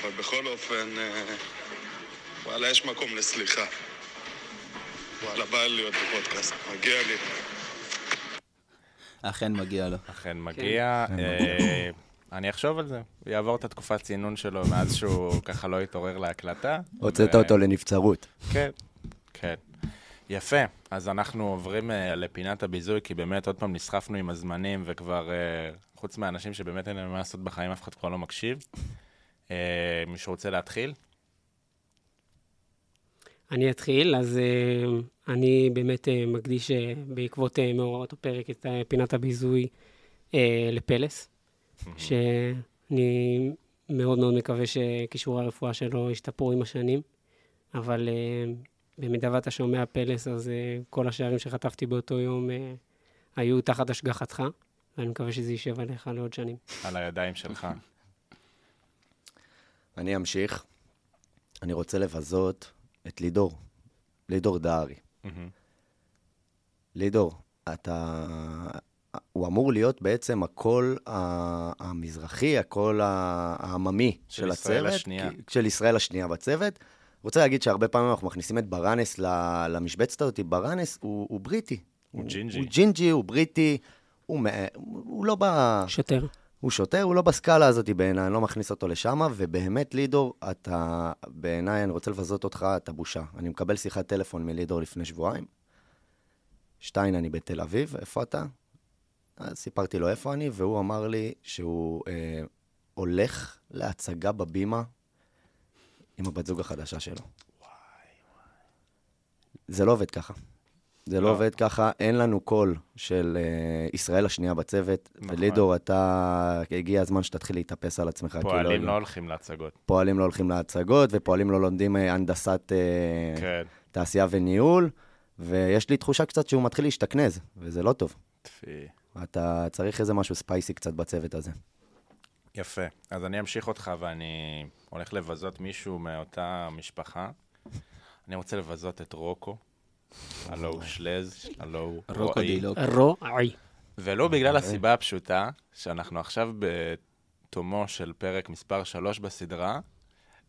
S6: אבל בכל אופן, אה, וואלה, יש מקום לסליחה. וואלה, בא לי להיות בפודקאסט, מגיע לי.
S5: אכן מגיע לו.
S2: אכן מגיע. אה, אני אחשוב על זה. הוא יעבור את התקופת צינון שלו מאז שהוא ככה לא התעורר להקלטה.
S4: הוצאת
S2: ו-
S4: אותו לנבצרות.
S2: כן, כן. יפה, אז אנחנו עוברים אה, לפינת הביזוי, כי באמת עוד פעם נסחפנו עם הזמנים, וכבר, אה, חוץ מהאנשים שבאמת אין להם מה לעשות בחיים, אף אחד כבר לא מקשיב. אה, מישהו רוצה להתחיל?
S3: אני אתחיל, אז אה, אני באמת אה, מקדיש אה, בעקבות אה, מאורעות הפרק את אה, פינת הביזוי אה, לפלס, שאני מאוד מאוד מקווה שכישורי הרפואה שלו ישתפרו עם השנים, אבל אה, במידה ואתה שומע פלס, אז אה, כל השערים שחטפתי באותו יום אה, היו תחת השגחתך, ואני מקווה שזה יישב עליך לעוד שנים.
S2: על הידיים שלך. [laughs]
S4: אני אמשיך. אני רוצה לבזות את לידור, לידור דהרי.
S2: מהמם.
S4: לידור, אתה... הוא אמור להיות בעצם הקול ה- המזרחי, הקול ה- העממי
S2: של
S4: של,
S2: ישראל
S4: הצוות.
S2: השנייה.
S4: כי- של ישראל השנייה בצוות. רוצה להגיד שהרבה פעמים אנחנו מכניסים את ברנס ל- למשבצת הזאת, ברנס הוא, הוא בריטי.
S2: הוא ג'ינג'י.
S4: הוא ג'ינג'י, הוא בריטי, הוא, מא- הוא לא ב...
S3: שוטר.
S4: הוא שוטר, הוא לא בסקאלה הזאת בעיניי, אני לא מכניס אותו לשם, ובאמת, לידור, אתה, בעיניי, אני רוצה לבזות אותך, אתה בושה. אני מקבל שיחת טלפון מלידור לפני שבועיים. שתיים, אני בתל אביב, איפה אתה? אז סיפרתי לו איפה אני, והוא אמר לי שהוא אה, הולך להצגה בבימה עם הבת זוג החדשה שלו. זה לא עובד ככה. זה לא
S2: לא.
S4: עובד ככה, אין לנו קול של אה, ישראל השנייה בצוות.
S2: נכון.
S4: ולידור, אתה, הגיע הזמן שתתחיל להתאפס על עצמך. כי
S2: פועלים לא הולכים להצגות.
S4: פועלים לא הולכים להצגות, ופועלים לא לומדים אה, הנדסת אה,
S2: כן,
S4: תעשייה וניהול, ויש לי תחושה קצת שהוא מתחיל להשתכנז, וזה לא טוב.
S2: תפי.
S4: אתה צריך איזה משהו ספייסי קצת בצוות הזה.
S2: יפה. אז אני אמשיך אותך ואני הולך לבזות מישהו מאותה משפחה. אני רוצה לבזות את רוקו. הלו הוא שלז, הלו הוא
S5: רוקו
S2: רועי.
S4: אה.
S5: דילוק.
S3: רועי.
S2: ולא בגלל הסיבה הפשוטה, שאנחנו עכשיו בתומו של פרק מספר 3 בסדרה,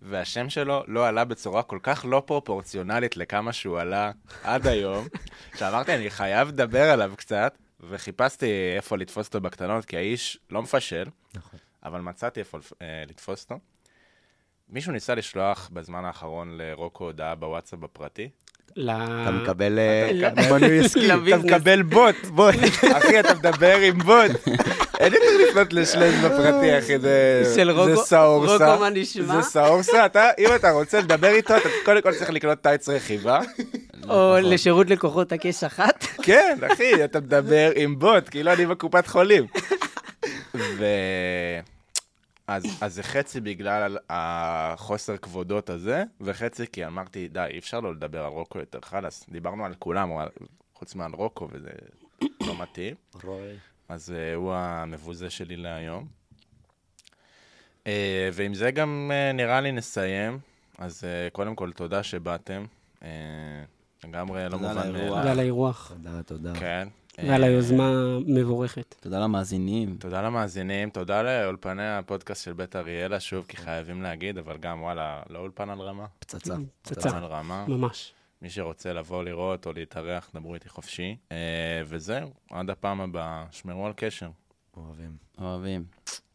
S2: והשם שלו לא עלה בצורה כל כך לא פרופורציונלית לכמה שהוא עלה עד היום, שאמרתי, אני חייב לדבר עליו קצת, וחיפשתי איפה לתפוס אותו בקטנות, כי האיש לא מפשל, אבל מצאתי איפה לפ- אה, לתפוס אותו. מישהו ניסה לשלוח בזמן האחרון לרוקו הודעה בוואטסאפ בפרטי?
S3: ל...
S4: אתה מקבל אה,
S2: אתה [laughs]
S4: מנוי עסקי.
S2: אתה מקבל בוט, בוט. [laughs] אחי, אתה מדבר עם בוט. אין יותר לפנות לשלז בפרטי, אחי, זה
S3: של
S2: זה
S3: רוקו-
S2: סאורסה.
S3: רוקו, מה נשמע?
S2: זה סאורסה, אתה, אם אתה רוצה לדבר איתו, אתה קודם כל צריך לקנות טייץ רכיבה.
S3: או לשירות לקוחות הקש אחת.
S2: כן, אחי, אתה מדבר עם בוט, כאילו אני בקופת חולים. ו... אז, אז זה חצי בגלל החוסר כבודות הזה, וחצי כי אמרתי, די, אי אפשר לא לדבר על רוקו יותר, חלאס. דיברנו על כולם, אבל חוץ מעל רוקו, וזה לא מתאים. אז אה, הוא המבוזה שלי להיום. אה, ועם זה גם אה, נראה לי נסיים. אז אה, קודם כל, תודה שבאתם. אה, לגמרי לא
S5: תודה על
S2: מובן
S5: האירוח.
S2: מאליו.
S3: ועל האירוח.
S4: תודה, תודה.
S2: כן.
S3: ועל
S2: אה,
S3: היוזמה המבורכת.
S5: תודה למאזינים.
S2: תודה למאזינים, תודה לאולפני הפודקאסט של בית אריאלה, שוב, כי חייבים להגיד, אבל גם, וואלה, לא אולפן על רמה.
S4: פצצה.
S3: פצצה,
S2: אולפן על רמה.
S3: ממש.
S2: מי שרוצה לבוא לראות או להתארח, דברו איתי חופשי. אה, וזהו, עד הפעם הבאה, שמרו על קשר.
S4: אוהבים.
S5: אוהבים.